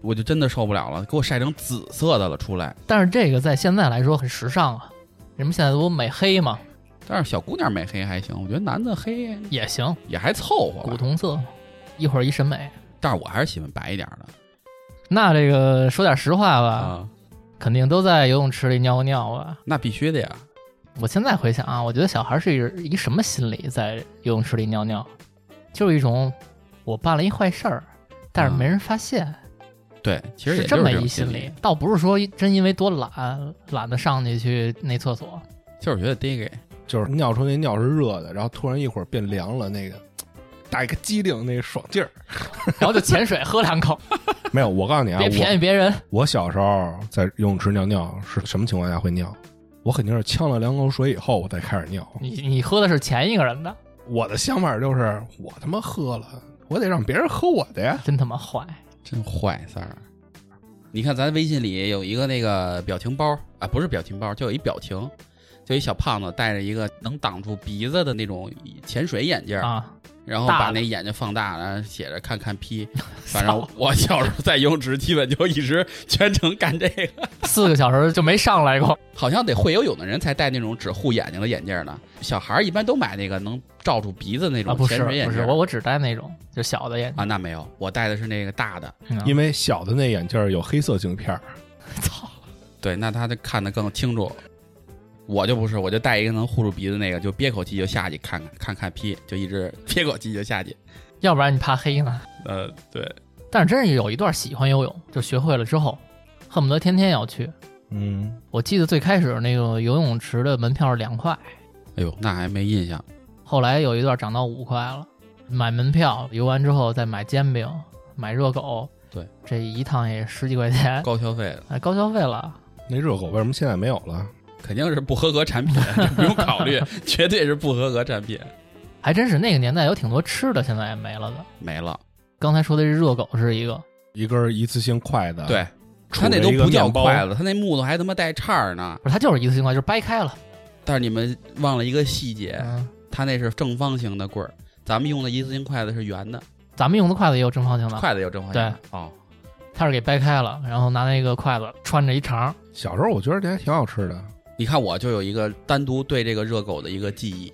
Speaker 2: 我就真的受不了了，给我晒成紫色的了出来。
Speaker 1: 但是这个在现在来说很时尚啊。人们现在都美黑嘛，
Speaker 2: 但是小姑娘没黑还行，我觉得男的黑
Speaker 1: 也行，
Speaker 2: 也还凑合
Speaker 1: 古
Speaker 2: 吧。
Speaker 1: 铜色，一会儿一审美。
Speaker 2: 但是我还是喜欢白一点的
Speaker 1: 那这个说点实话吧，
Speaker 2: 啊，
Speaker 1: 肯定都在游泳池里尿过尿吧。
Speaker 2: 那必须的呀。
Speaker 1: 我现在回想啊，我觉得小孩是一一什么心理在游泳池里尿尿，就是一种我办了一坏事儿，但是没人发现，
Speaker 2: 对，其实也
Speaker 1: 是
Speaker 2: 就是
Speaker 1: 么
Speaker 2: 种
Speaker 1: 一
Speaker 2: 心
Speaker 1: 理，，倒不是说真因为多懒懒得上去去那厕 所，
Speaker 2: 就是觉得得给
Speaker 3: 就是尿出那尿是热的，然后突然一会儿变凉了，那个打一个机灵，那个爽劲儿。
Speaker 1: 然后就潜水喝两 口，
Speaker 3: 没有，我告
Speaker 2: 哎
Speaker 3: 诉你啊，
Speaker 1: 别便
Speaker 3: 我
Speaker 1: 宜别人。
Speaker 3: 我小时候在游泳池尿尿是什么情况下会尿？我肯定是呛了两口水以后，我再开始尿。
Speaker 1: 你你喝的是前一个人的，
Speaker 3: 我的想法就是，我他妈喝了，我得让别人喝我的呀。
Speaker 1: 真他妈坏！
Speaker 2: 真坏三儿。你看咱微信里有一个那个表情包啊，不是表情包，就有一表情，就一小胖子戴着一个能挡住鼻子的那种潜水眼镜儿，
Speaker 1: 啊，
Speaker 2: 然后
Speaker 1: 大
Speaker 2: 把
Speaker 1: 的
Speaker 2: 那眼睛放大，然后写着“看 看 P”。反正我小时候在游泳池，基本就一直全程干这个，
Speaker 1: 四个小时就没上 来过。
Speaker 2: 好像得会游泳的人才戴那种只护眼睛的眼镜儿呢。小孩儿一般都买那个能罩住鼻子那
Speaker 1: 啊，
Speaker 2: 种
Speaker 1: 不
Speaker 2: 潜
Speaker 1: 是
Speaker 2: 水眼
Speaker 1: 不
Speaker 2: 镜
Speaker 1: 是，
Speaker 2: 儿。
Speaker 1: 我我只戴那种就小的眼镜。嗯
Speaker 2: 啊，那没有，我戴的是那个大的。
Speaker 3: 因为小的那眼镜儿有黑色镜片儿，
Speaker 1: 操，
Speaker 2: 对，那他就看得更清楚。我就不是，我就戴一个能护住鼻子那个，就憋口气就下去看看看看 P，就一直 憋口气就下去。
Speaker 1: 要不然你怕黑呢。
Speaker 2: 呃，对，
Speaker 1: 但是真是有一段喜欢游泳，就学会了之后，恨不得天天要去。
Speaker 3: 嗯，
Speaker 1: 我记得最开始那个游泳池的门票是两块，
Speaker 2: 哎呦，那还没印象。
Speaker 1: 后来有一段涨到五块了。买门票，游完之后再买煎饼、买热狗，
Speaker 2: 对，
Speaker 1: 这一趟也十几块 钱，
Speaker 2: 高消费了，
Speaker 1: 哎，高消费了。
Speaker 3: 那热狗为什么现在没有了？
Speaker 2: 肯定是不合格产品，啊这不用考 虑，绝对是不合格产品，
Speaker 1: 还真是那个年代有挺多吃的，现在也没了的。
Speaker 2: 没了。
Speaker 1: 刚才说的这热狗是一个，
Speaker 3: 一根儿一次性筷子，，
Speaker 2: 对他那都不叫筷，子，他那木头还他妈带叉儿呢。
Speaker 1: 不是它就是一次性筷，就是掰开了。
Speaker 2: 但是你们忘了一个细节，
Speaker 1: 嗯，
Speaker 2: 他那是正方形的棍儿，咱们用的一次性筷子是圆的，
Speaker 1: 咱们用的筷子也有正方形的，
Speaker 2: 筷子有正方形的。哦，
Speaker 1: 它是给掰开了，然后拿那个筷子穿着一肠，
Speaker 3: 小时候我觉得这还挺好吃的，
Speaker 2: 你看我就有一个单独对这个热狗的一个记忆，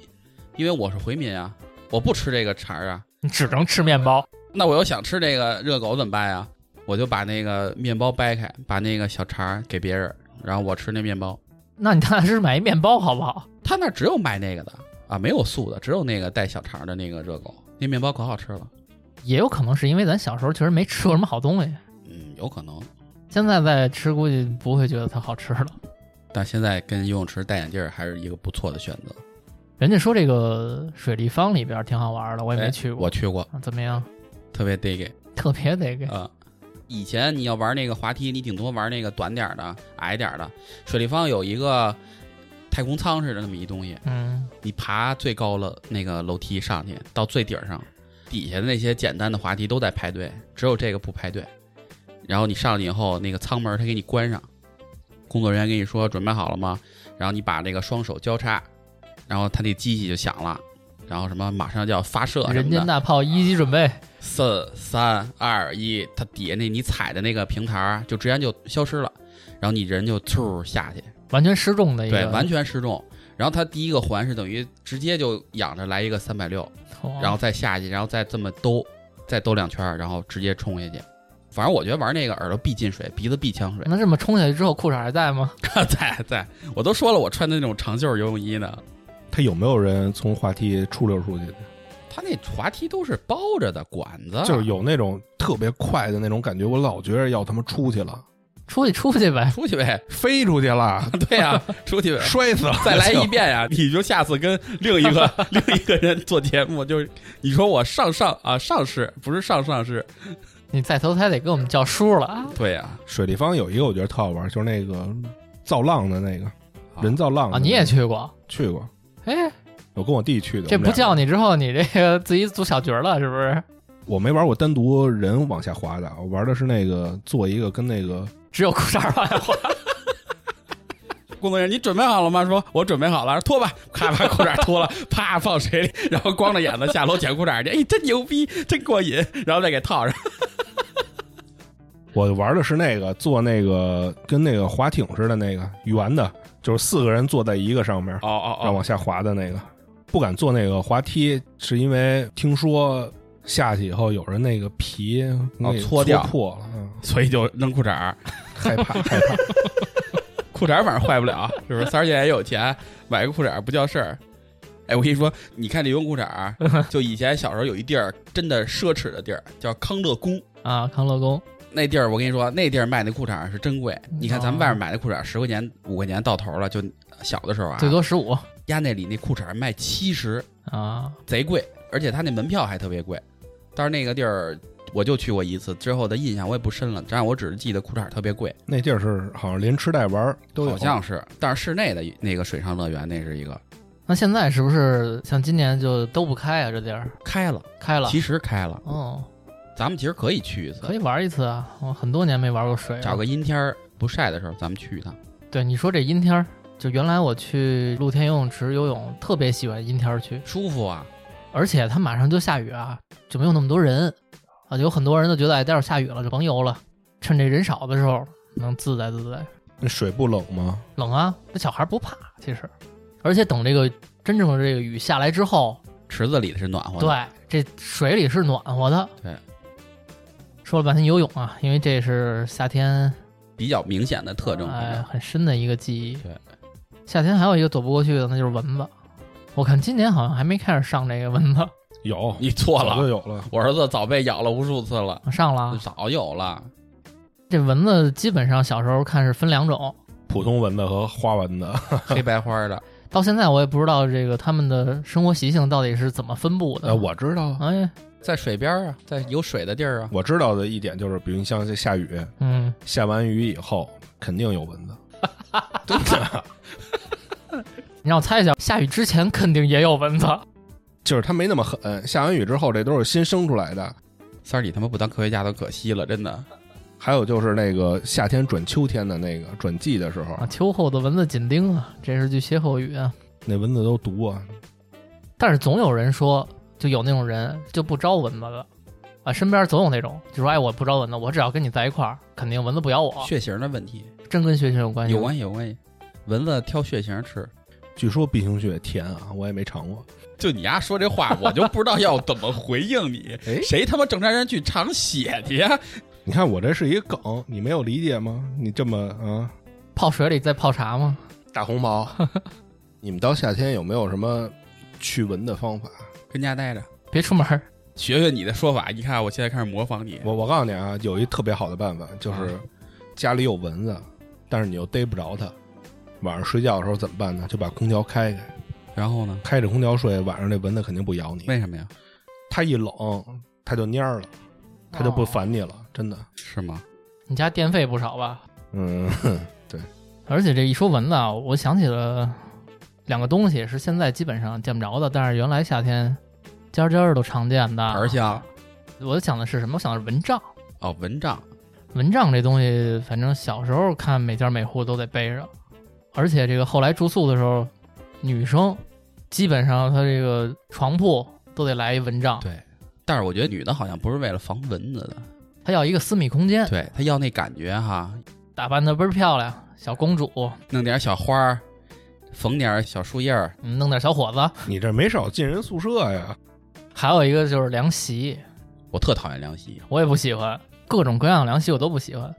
Speaker 2: 因为我是回民啊，我不吃这个肠儿啊，
Speaker 1: 你只能吃面包。
Speaker 2: 那我又想吃这个热狗怎么办呀？我就把那个面包掰开，把那个小肠儿给别人，然后我吃那面包。
Speaker 1: 那你踏踏实实买一面包好不好？
Speaker 2: 他那儿只有卖那个的啊，没有素的，只有那个带小肠儿的那个热狗，那面包可好吃了。
Speaker 1: 也有可能是因为咱小时候确实没吃过什么好东西，
Speaker 2: 嗯，有可能，
Speaker 1: 现在再吃估计不会觉得它好吃了。
Speaker 2: 但现在跟游泳池戴眼镜儿还是一个不错的选择。
Speaker 1: 人家说这个水立方里边挺好玩的，我也没
Speaker 2: 哎
Speaker 1: 去过，
Speaker 2: 我去过，
Speaker 1: 啊怎么样？
Speaker 2: 特别得给。
Speaker 1: 特别得给
Speaker 2: 啊、以前你要玩那个滑梯，你顶多玩那个短点儿的、矮点儿的。水立方有一个太空舱似的那么一东西，
Speaker 1: 嗯，
Speaker 2: 你爬最高了那个楼梯上去，到最顶儿上，底下的那些简单的滑梯都在排队，只有这个不排队。然后你上去以后，那个舱门儿它给你关上，工作人员跟你说准备好了吗？然后你把那个双手交叉，然后它那机器就响了，然后什么马上就要发射什
Speaker 1: 人
Speaker 2: 么的
Speaker 1: 间。大炮一级准备，
Speaker 2: 四三二一，它底下那你踩的那个平台儿就直接就消失了，然后你人就嗖下去，
Speaker 1: 完全失重的
Speaker 3: 哎
Speaker 1: 一个，
Speaker 2: 对，完全失重。然后它第一个环是等于直接就仰着来一个三百六，
Speaker 3: 哦
Speaker 1: 哇
Speaker 2: 然后再下去，然后再这么兜，再兜两圈儿，然后直接冲下去。反正我觉得玩那个耳朵必进水，鼻子必 呛水。
Speaker 1: 那这么冲下去之后，裤衩还在吗？
Speaker 2: 在在，我都说了，我穿的那种长袖游泳衣呢，
Speaker 3: 他有没有人从滑梯出溜出去的？
Speaker 2: 它那滑梯都是包着的管子，啊
Speaker 3: 就是有那种特别快的那种感觉，我老觉着要他妈出去了，
Speaker 1: 出去出去呗，
Speaker 2: 出去呗，
Speaker 3: 飞出去了，
Speaker 2: 对呀、出去呗。
Speaker 3: 摔死了，
Speaker 2: 再来一遍呀、你就下次跟另一 个另一个人做节目，就是你说我上上啊上市不是上上市，
Speaker 1: 你再投胎得给我们叫叔了啊！
Speaker 2: 对呀、
Speaker 3: 水立方有一个我觉得特好玩，就是那个造浪的那个
Speaker 2: 啊
Speaker 3: 人造浪的
Speaker 1: 啊，你也去过？
Speaker 3: 去过？
Speaker 1: 哎，
Speaker 3: 我跟我弟去的，
Speaker 1: 这
Speaker 3: 我们
Speaker 1: 不
Speaker 3: 俩
Speaker 1: 叫你之后，你这个自己组小角了是不是？
Speaker 3: 我没玩过单独人往下滑的，我玩的是那个做一个跟那个
Speaker 1: 只有裤衩儿了。
Speaker 2: 工作人员，你准备好了吗？说我准备好了，脱吧， 咔把裤衩脱了， 啪放水里，然后光着眼子下楼捡裤衩去，哎，真牛逼，真过瘾，然后再给套上。
Speaker 3: 我玩的是那个做那个跟那个滑艇似的那个圆的，就是四个人坐在一个上面，
Speaker 2: 哦哦
Speaker 3: 然后往下滑的那个。不敢坐那个滑梯，是因为听说下去以后有人那个皮那个
Speaker 2: 哦搓掉
Speaker 3: 破了，嗯
Speaker 2: 所以就扔裤衩，
Speaker 3: 害 怕害怕。
Speaker 2: 裤衩反正坏不了，是不是？三儿现在也有钱，买个裤衩不叫事儿。哎，我跟你说，你看这游泳裤衩，就以前小时候有一地儿真的奢侈的地儿，叫康乐宫。
Speaker 1: 啊，康乐宫
Speaker 2: 那地儿我跟你说，那地儿卖那裤衩是真贵。你看咱们外
Speaker 1: 哦
Speaker 2: 面买那裤衩，十块钱、五块钱到头了，就小的时候啊，
Speaker 1: 最多十五
Speaker 2: 压那里那裤衩卖七十，
Speaker 1: 啊，
Speaker 2: 贼贵，而且他那门票还特别贵。但是那个地儿我就去过一次，之后的印象我也不深了，但是我只是记得裤衩特别贵，
Speaker 3: 那地儿是好像连吃带玩儿都有，
Speaker 2: 好像是。但是室内的那个水上乐园那是一个
Speaker 1: 那现在是不是像今年就都不开啊？这地儿
Speaker 2: 开了，
Speaker 1: 开了，
Speaker 2: 其实开了，
Speaker 1: 哦，
Speaker 2: 咱们其实可以去一次，
Speaker 1: 可以玩一次啊！我很多年没玩过水了。
Speaker 2: 找个阴天儿不晒的时候，咱们去一趟。
Speaker 1: 对你说这阴天儿，就原来我去露天游泳池游泳，特别喜欢阴天儿去，
Speaker 2: 舒服啊！
Speaker 1: 而且它马上就下雨啊，就没有那么多人啊，有很多人都觉得哎，待会儿下雨了就甭游了，趁这人少的时候能自在自在。
Speaker 3: 那水不冷吗？
Speaker 1: 冷啊，这小孩不怕，其实，而且等这个真正的这个雨下来之后，
Speaker 2: 池子里的是暖和的，
Speaker 1: 对，这水里是暖和的。
Speaker 2: 对，
Speaker 1: 说了半天游泳啊，因为这是夏天
Speaker 2: 比较明显的特征。
Speaker 1: 哎很深的一个记忆。
Speaker 2: 对，
Speaker 1: 夏天还有一个躲不过去的，那就是蚊子。我看今年好像还没开始上这个蚊子，
Speaker 3: 有，
Speaker 2: 你错
Speaker 3: 早就
Speaker 2: 了，
Speaker 3: 有了。
Speaker 2: 我儿子早被咬了无数次了，
Speaker 1: 上了啊。
Speaker 2: 早有 了。
Speaker 1: 这蚊子基本上小时候看是分两种，
Speaker 3: 普通蚊子和花蚊子，
Speaker 2: 黑白花的，
Speaker 1: 到现在我也不知道这个它们的生活习性到底是怎么分布的。
Speaker 3: 呃，我知
Speaker 2: 嗯
Speaker 3: 道，
Speaker 1: 哎，
Speaker 2: 在水边儿啊，在有水的地儿啊，
Speaker 3: 我知道的一点就是，比如你像这下雨，
Speaker 1: 嗯，
Speaker 3: 下完雨以后肯定 有蚊子，真的，
Speaker 1: 你让我猜一下，下雨之前肯定也有蚊子。啊
Speaker 3: 就是它没那么狠，下完雨之后这都是新生出来的。
Speaker 2: 三儿你他妈不当科学家都可惜了，真的。
Speaker 3: 还有就是那个夏天转秋天的那个转季的时候
Speaker 1: 啊，，秋后的蚊子紧盯啊，这是句歇后语啊。
Speaker 3: 那蚊子都毒啊，
Speaker 1: 但是总有人说，就有那种人就不招蚊子的啊，身边总有那种就说，哎，我不招蚊子，我只要跟你在一块儿，肯定蚊子不咬
Speaker 3: 啊
Speaker 1: 我，
Speaker 2: 血型的问题
Speaker 1: 真跟血型有关
Speaker 3: 哎
Speaker 1: 系吗。
Speaker 2: 有关系，有关系。蚊子挑血型吃，
Speaker 3: 据说 B 型血甜啊，我也没尝过。
Speaker 2: 就你丫说这 话，我就不知道要怎么回应你。
Speaker 3: 哎
Speaker 2: 谁他妈正常人去尝血去呀？
Speaker 3: 你看我这是一梗，你没有理解吗？你这么啊，
Speaker 1: 泡水里再泡茶吗？
Speaker 3: 大红 袍，你们到夏天有没有什么去蚊的方法？
Speaker 2: 跟家待着，
Speaker 1: 别出门儿，
Speaker 2: 学学你的说法。你看，我现在开始模仿你。
Speaker 3: 我我告诉你啊，有一特别好的办法，就是
Speaker 2: 啊
Speaker 3: 家里有蚊子，但是你又逮不着它，晚上睡觉的时候怎么办呢？就把空调开开，
Speaker 2: 然后呢？
Speaker 3: 开着空调睡，晚上那蚊子肯定不咬你。
Speaker 2: 为什么呀？
Speaker 3: 它一冷，
Speaker 2: 嗯
Speaker 3: 它就蔫儿了，
Speaker 1: 哦
Speaker 3: 它就不烦你了，真的。
Speaker 2: 是吗？
Speaker 1: 你家电费不少吧？
Speaker 3: 嗯，
Speaker 1: 而且这一说蚊子啊，我想起了两个东西，是现在基本上见不着的，但是原来夏天家家儿都常见
Speaker 3: 啊
Speaker 1: 的。
Speaker 2: 儿香
Speaker 1: 我想的是什么？我想的是蚊帐。
Speaker 2: 哦，蚊帐
Speaker 1: 蚊帐这东西，反正小时候看每家每户都得背着，而且这个后来住宿的时候，女生基本上她这个床铺都得来一蚊帐，
Speaker 2: 对。但是我觉得女的好像不是为了防蚊子 的，
Speaker 1: 她要一个私密空间，
Speaker 2: 对她要那感觉哈，
Speaker 1: 打扮得倍儿漂亮，小公主，
Speaker 2: 弄点小花儿，缝点小树叶儿，
Speaker 1: 嗯弄点小伙子，
Speaker 3: 你这没少进人宿舍呀。
Speaker 1: 还有一个就是凉席，
Speaker 2: 我特讨厌凉席，
Speaker 1: 我也不喜欢，各种各样的凉席我都不喜欢。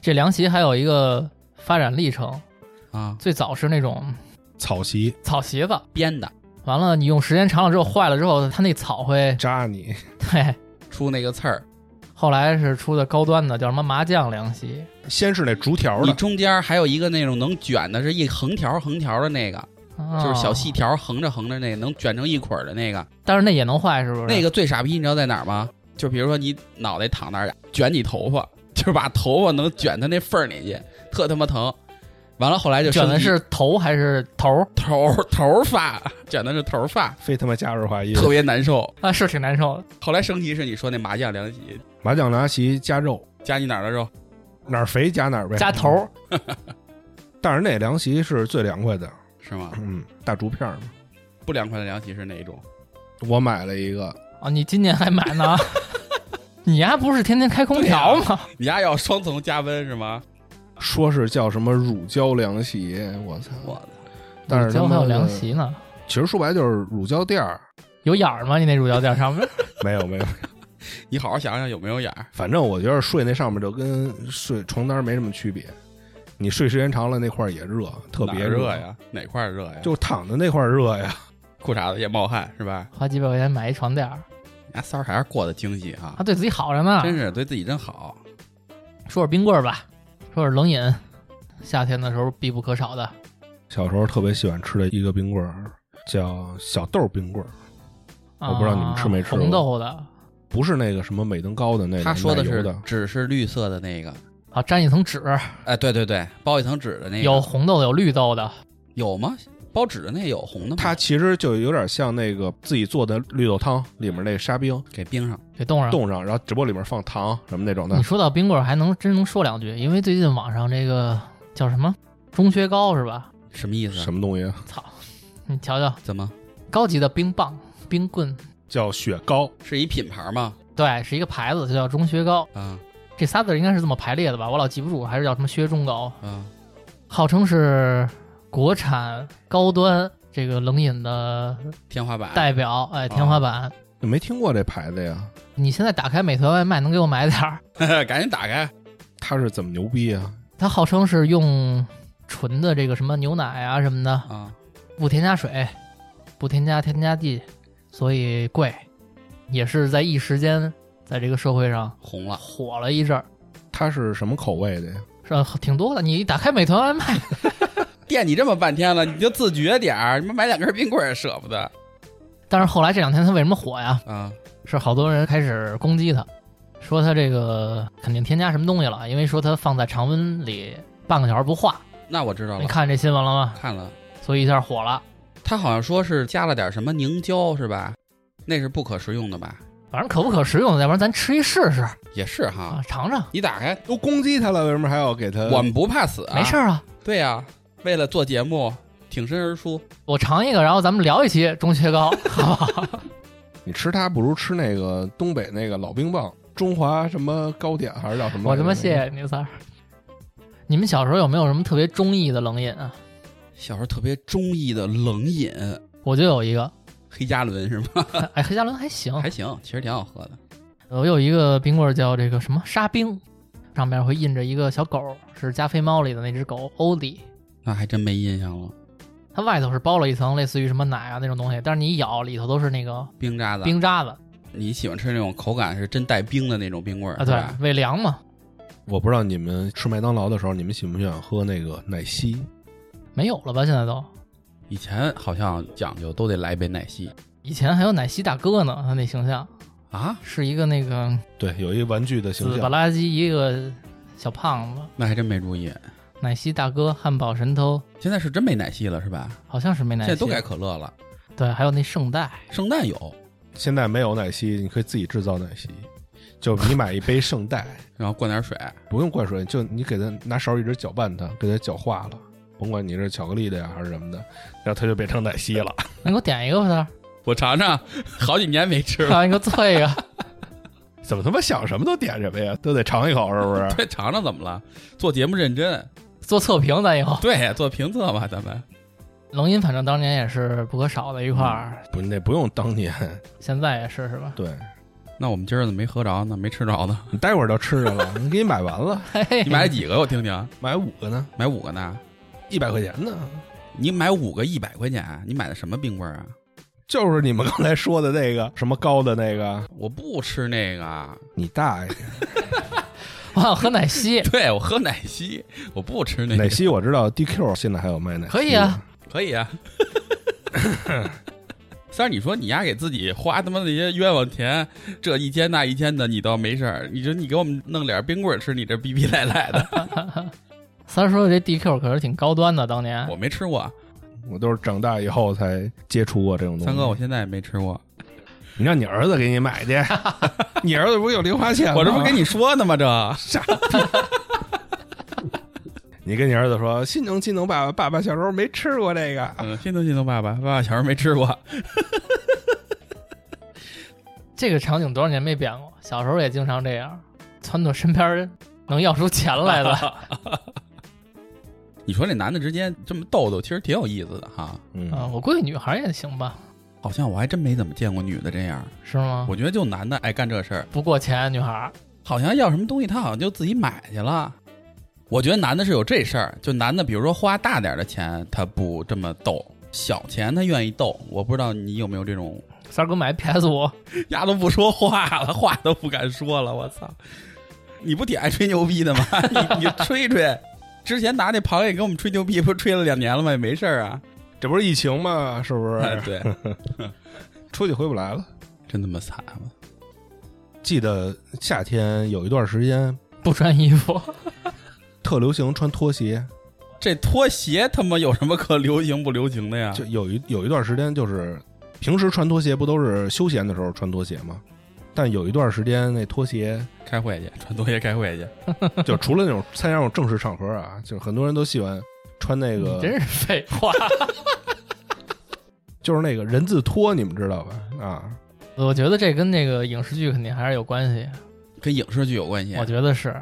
Speaker 1: 这凉席还有一个发展历程，
Speaker 2: 啊，
Speaker 1: 最早是那种
Speaker 3: 草席
Speaker 1: 草席子，
Speaker 2: 编的，
Speaker 1: 完了你用时间长了之后坏了之后，它那草会
Speaker 3: 扎你，
Speaker 1: 对。
Speaker 2: 出那个刺儿，
Speaker 1: 后来是出的高端的，叫什么麻将凉席，
Speaker 3: 先是那竹条
Speaker 2: 你
Speaker 3: 的，
Speaker 2: 中间还有一个那种能卷的，是一横条横条的那个，
Speaker 1: 就
Speaker 2: 就是小细。条横着横着那个能卷成一捆儿的那个，
Speaker 1: 但是那也能坏，是不是？
Speaker 2: 那个最傻逼，你知道在哪儿吗？就比如说你脑袋躺那儿卷你头发，就是把头发能卷到那缝儿里去，特他妈疼。完了后来就
Speaker 1: 卷的
Speaker 2: 升级
Speaker 1: 是头还是头儿
Speaker 2: 头头发，卷的是头发，
Speaker 3: 非他妈加入化音。
Speaker 2: 特别难受。
Speaker 1: 啊？是挺难受的。
Speaker 2: 后来升级是你说那麻酱凉席，
Speaker 3: 麻将拿席加肉，
Speaker 2: 加你哪儿的肉？
Speaker 3: 哪儿肥加哪儿呗。
Speaker 1: 加头儿，
Speaker 3: 但是那凉席是最凉快的，
Speaker 2: 是吗？
Speaker 3: 嗯，大竹片儿嘛。
Speaker 2: 不凉快的凉席是哪一种？
Speaker 3: 我买了一个，
Speaker 1: 啊！你今年还买 呢？你丫不是天天开空调吗？
Speaker 3: 啊
Speaker 2: 你丫要双层加温是吗？
Speaker 3: 说是叫什么乳胶凉席，我操！
Speaker 2: 我操！
Speaker 3: 但
Speaker 1: 乳
Speaker 3: 是他
Speaker 1: 胶还
Speaker 3: 妈
Speaker 1: 有
Speaker 3: 的
Speaker 1: 凉席呢，
Speaker 3: 其实说白了就是乳胶 垫儿，
Speaker 1: 有眼儿吗？你那乳胶垫上面
Speaker 3: 没有没有，
Speaker 2: 你好好想想有没有眼儿？
Speaker 3: 反正我觉得睡那上面就跟睡床单没什么区别。你睡时间长了那块儿也热，特
Speaker 2: 哪
Speaker 3: 别
Speaker 2: 儿热，呀，哪块儿热呀？
Speaker 3: 就躺在那块儿热呀。
Speaker 2: 裤衩子也冒汗是吧？
Speaker 1: 花几百块钱买一床垫儿，
Speaker 2: 你丫三儿还是过得精细哈啊
Speaker 1: 啊，，对自己好着呢。
Speaker 2: 真是对自己真好。
Speaker 1: 说说冰棍儿吧，说说冷饮，夏天的时候必不可少的。
Speaker 3: 小时候特别喜欢吃的一个冰棍儿叫小豆冰棍儿，
Speaker 1: 啊
Speaker 3: 我不知道你们吃没吃过
Speaker 1: 红豆的，
Speaker 3: 不是那个什么美登高的那个，
Speaker 2: 他说
Speaker 3: 的
Speaker 2: 是
Speaker 3: 的
Speaker 2: 纸是绿色的那个，
Speaker 1: 啊，粘一层纸，
Speaker 2: 哎，对对对，包一层纸的那个
Speaker 1: 有红豆的，有绿豆的，
Speaker 2: 有吗？包纸的那有红的吗？
Speaker 3: 它其实就有点像那个自己做的绿豆汤里面那沙冰
Speaker 2: 给冰上，
Speaker 1: 给冻上。
Speaker 3: 冻上，然后只不过里面放糖什么那种的
Speaker 1: 你。说到冰棍儿，还能真能说两句，因为最近网上这个叫什么中薛高是吧？
Speaker 2: 什么意思啊
Speaker 3: 什？么东西
Speaker 1: 操，你瞧瞧，
Speaker 2: 怎么
Speaker 1: 高级的冰棒、冰棍，
Speaker 3: 叫雪糕？
Speaker 2: 是一品牌吗？
Speaker 1: 对，是一个牌子，就叫中薛高。
Speaker 2: 啊
Speaker 1: 这仨字儿应该是这么排列的吧？我老记不住，还是叫什么薛中高？
Speaker 2: 啊，
Speaker 1: 号称是国产高端这个冷饮的
Speaker 2: 天花板
Speaker 1: 代表，哎，天花板。
Speaker 3: 你没听过这牌子呀？
Speaker 1: 你现在打开美团外卖，能给我买点儿？
Speaker 2: 赶紧打开。
Speaker 3: 它是怎么牛逼啊？
Speaker 1: 它号称是用纯的这个什么牛奶啊什么的，
Speaker 2: 啊，
Speaker 1: 不添加水，不添加添加剂，所以贵，也是在一时间在这个社会上
Speaker 2: 红了，
Speaker 1: 火了一阵儿，
Speaker 3: 它是什么口味的呀？
Speaker 1: 是吧挺多的。你一打开美团外哎卖，
Speaker 2: 惦记这么半天了，你就自觉点儿，你们买两根冰棍儿也舍不得
Speaker 1: 但是后来这两天它为什么火呀？
Speaker 2: 啊。
Speaker 1: 是好多人开始攻击它，说它这个肯定添加什么东西了，因为说它放在常温里半个小时不化。
Speaker 2: 那我知道
Speaker 1: 你
Speaker 2: 了，
Speaker 1: 看这新闻了吗？
Speaker 2: 看了，
Speaker 1: 所以一下火了。
Speaker 2: 他好像说是加了点什么凝胶是吧？那是不可食用的吧？
Speaker 1: 反正可不可食用，要不然咱吃一试试
Speaker 2: 也是哈
Speaker 1: 啊，，尝尝，
Speaker 2: 你打开，
Speaker 3: 都攻击它了，为什么还要给它？
Speaker 2: 我们不怕死啊，
Speaker 1: 没事。儿啊。
Speaker 2: 对呀、为了做节目挺身而出，
Speaker 1: 我尝一个，然后咱们聊一期中薛 高，好不好？
Speaker 3: 你吃它不如吃那个东北那个老冰棒，中华什么糕点还是叫什么？
Speaker 1: 我他妈谢谢你三儿。你们小时候有没有什么特别中意的冷饮啊？
Speaker 2: 小时候特别中意的冷饮，
Speaker 1: 我就有一 个，
Speaker 2: 黑加仑是吗？
Speaker 1: 哎，黑加仑还行，
Speaker 2: 还行，其实挺好喝的。
Speaker 1: 我有一个冰棍儿叫这个什么沙冰，上面会印着一个小狗，是加菲猫里的那只狗欧迪，
Speaker 2: 那还真没印象了，
Speaker 1: 它外头是包了一层类似于什么奶啊那种东西，但是你一咬里头都是那个
Speaker 2: 冰渣子。啊
Speaker 1: 冰渣子
Speaker 2: 你喜欢吃那种口感是真带冰的那种冰棍儿
Speaker 1: 啊，
Speaker 2: 是
Speaker 1: 对
Speaker 2: 吧，
Speaker 1: 喂粮嘛，
Speaker 3: 我不知道你们吃麦当劳的时候，你们喜不喜欢喝那个奶昔？
Speaker 1: 没有了吧？现在都
Speaker 2: 以前好像讲究都得来一杯奶昔
Speaker 1: 以前还有奶昔大哥呢，他那形象
Speaker 2: 啊，
Speaker 1: 是一个那个
Speaker 3: 对，有一玩具的形
Speaker 1: 紫不
Speaker 3: 象，
Speaker 1: 拉几一个小胖子，
Speaker 2: 那还真没注意。
Speaker 1: 奶昔大哥、汉堡神偷，
Speaker 2: 现在是真没奶昔了是吧？
Speaker 1: 好像是没奶
Speaker 2: 现
Speaker 1: 昔，
Speaker 2: 在都改可乐了，
Speaker 1: 对，还有那圣代，
Speaker 2: 圣诞有，
Speaker 3: 现在没有奶昔，你可以自己制造奶昔，就你买一杯圣代，
Speaker 2: 然后灌点水，
Speaker 3: 不用灌水，就你给它拿勺一直搅拌它，给它搅化了，甭管你是巧克力的呀还是什么的，然后它就变成奶昔了。
Speaker 1: 你给我点一个吧，
Speaker 2: 我尝尝，好几年没吃
Speaker 1: 三儿
Speaker 2: 了，
Speaker 1: 让你给我做一个。
Speaker 3: 怎么他妈想什么都点什么呀？都得尝一口是不是？
Speaker 2: 对，尝尝怎么了？做节目认真，
Speaker 1: 做测评，咱以后
Speaker 2: 对，做评测嘛，咱们
Speaker 1: 冷饮，反正当年也是不可少的一块儿，
Speaker 2: 嗯
Speaker 3: 不，那不用当年。
Speaker 1: 现在也是是吧？
Speaker 3: 对
Speaker 2: 那我们今儿怎么没喝着呢？没吃着呢？
Speaker 3: 你待会儿就吃着了， 你给你买完了，
Speaker 1: 嘿嘿
Speaker 2: 你买了几个？我听听，
Speaker 3: 买五个呢，
Speaker 2: 买五个呢？
Speaker 3: 一百块钱呢，
Speaker 2: 你买五个一百块钱，你买的什么冰棍儿啊？
Speaker 3: 就是你们刚才说的那个什么高的那个，
Speaker 2: 我不吃那个，
Speaker 3: 你大爷！
Speaker 1: 我想喝奶昔，
Speaker 2: 对我喝奶昔，我不吃那个。
Speaker 3: 奶昔我知道，DQ 现在还有卖奶昔，
Speaker 1: 可以啊，
Speaker 2: 可以啊。 三儿，你说你丫给自己花他妈那些冤枉钱，这一天那一天的，你倒没事儿。你说你给我们弄点冰棍儿吃，你这逼逼赖赖的，
Speaker 1: 三儿说的这 DQ 可是挺高端的，当年
Speaker 2: 我没吃过。啊
Speaker 3: 我都是长大以后才接触过这种东西。
Speaker 2: 三哥，我现在也没吃过，
Speaker 3: 你让你儿子给你买 去，你儿子不是有零花钱吗？
Speaker 2: 我这不跟你说呢吗？这
Speaker 3: 你跟你儿子说，心疼心疼爸爸，爸爸小时候没吃过这个。
Speaker 2: 嗯，心疼心疼爸爸，爸爸小时候没吃过。
Speaker 1: 这个场景多少年没变过，小时候也经常这样，撺掇身边人能要出钱来 的
Speaker 2: 你说这男的之间这么逗逗，其实挺有意思的哈。
Speaker 3: 嗯
Speaker 1: 啊，我估计女孩也行吧，
Speaker 2: 好像我还真没怎么见过女的这样，
Speaker 1: 是吗？
Speaker 2: 我觉得就男的爱干这事儿。
Speaker 1: 不过钱，啊女孩儿
Speaker 2: 好像要什么东西，他好像就自己买去了。我觉得男的是有这事儿，就男的，比如说花大点儿的钱，他不这么逗，小钱他愿意逗。我不知道你有没有这种，
Speaker 1: 三儿给我买 PS 五，
Speaker 2: 丫都不说话了，话都不敢说了，我操！你不挺爱吹牛逼的吗？你你吹吹。之前拿那螃蟹给我们吹牛逼，不是吹了两年了吗？也没事儿啊。
Speaker 3: 这不是疫情吗？是啊不
Speaker 2: 哎
Speaker 3: 是
Speaker 2: 对，
Speaker 3: 出去回不来了？
Speaker 2: 真他妈惨啊了。
Speaker 3: 记得夏天有一段时间
Speaker 1: 不穿衣服，
Speaker 3: 特流行穿拖鞋，
Speaker 2: 这拖鞋他妈有什么可流行不流行的呀？
Speaker 3: 就有一有一段时间就是平时穿拖鞋不都是休闲的时候穿拖鞋吗？但有一段时间那拖鞋
Speaker 2: 开会去，穿拖鞋开会去。
Speaker 3: 就除了那种参加那种正式场合啊，就是很多人都喜欢穿那个
Speaker 1: 你， 真是废 话。
Speaker 3: 就是那个人字拖，你们知道吧？啊，
Speaker 1: 我觉得这跟那个影视剧肯定还是有关系，
Speaker 2: 跟影视剧有关系。啊
Speaker 1: 我觉得是。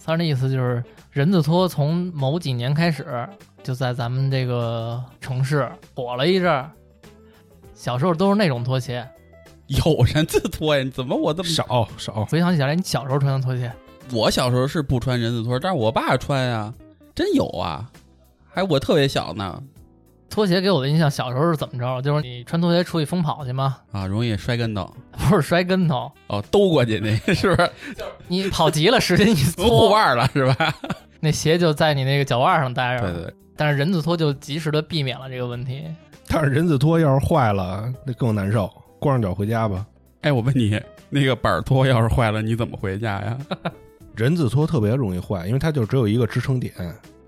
Speaker 1: 三儿的意思就是，人字拖从某几年开始就在咱们这个城市火了一阵儿。小时候都是那种拖鞋，
Speaker 2: 有人字拖呀？怎么我
Speaker 1: 嗯
Speaker 2: 这么？
Speaker 3: 少少，
Speaker 1: 回想起来，你小时候穿的拖鞋，
Speaker 2: 我小时候是不穿人字拖，但是我爸穿呀，真有啊。还我特别小呢
Speaker 1: 拖鞋给我的印象，小时候是怎么着？就是你穿拖鞋出去疯跑去吗？
Speaker 2: 啊，容易摔跟头
Speaker 1: 不是摔跟头，
Speaker 2: 哦，兜过去那 是不是
Speaker 1: 你跑急了，使劲一
Speaker 2: 护
Speaker 1: 搓，
Speaker 2: 腕了是吧？
Speaker 1: 那鞋就在你那个脚腕上待着。
Speaker 2: 对对对，
Speaker 1: 但是人字拖就及时的避免了这个问题。
Speaker 3: 但是人字拖要是坏了，那更难受，光着脚回家吧。
Speaker 2: 哎，我问你，那个板儿拖要是坏了，你怎么回家呀？
Speaker 3: 人字拖特别容易坏，因为它就只有一个支撑点。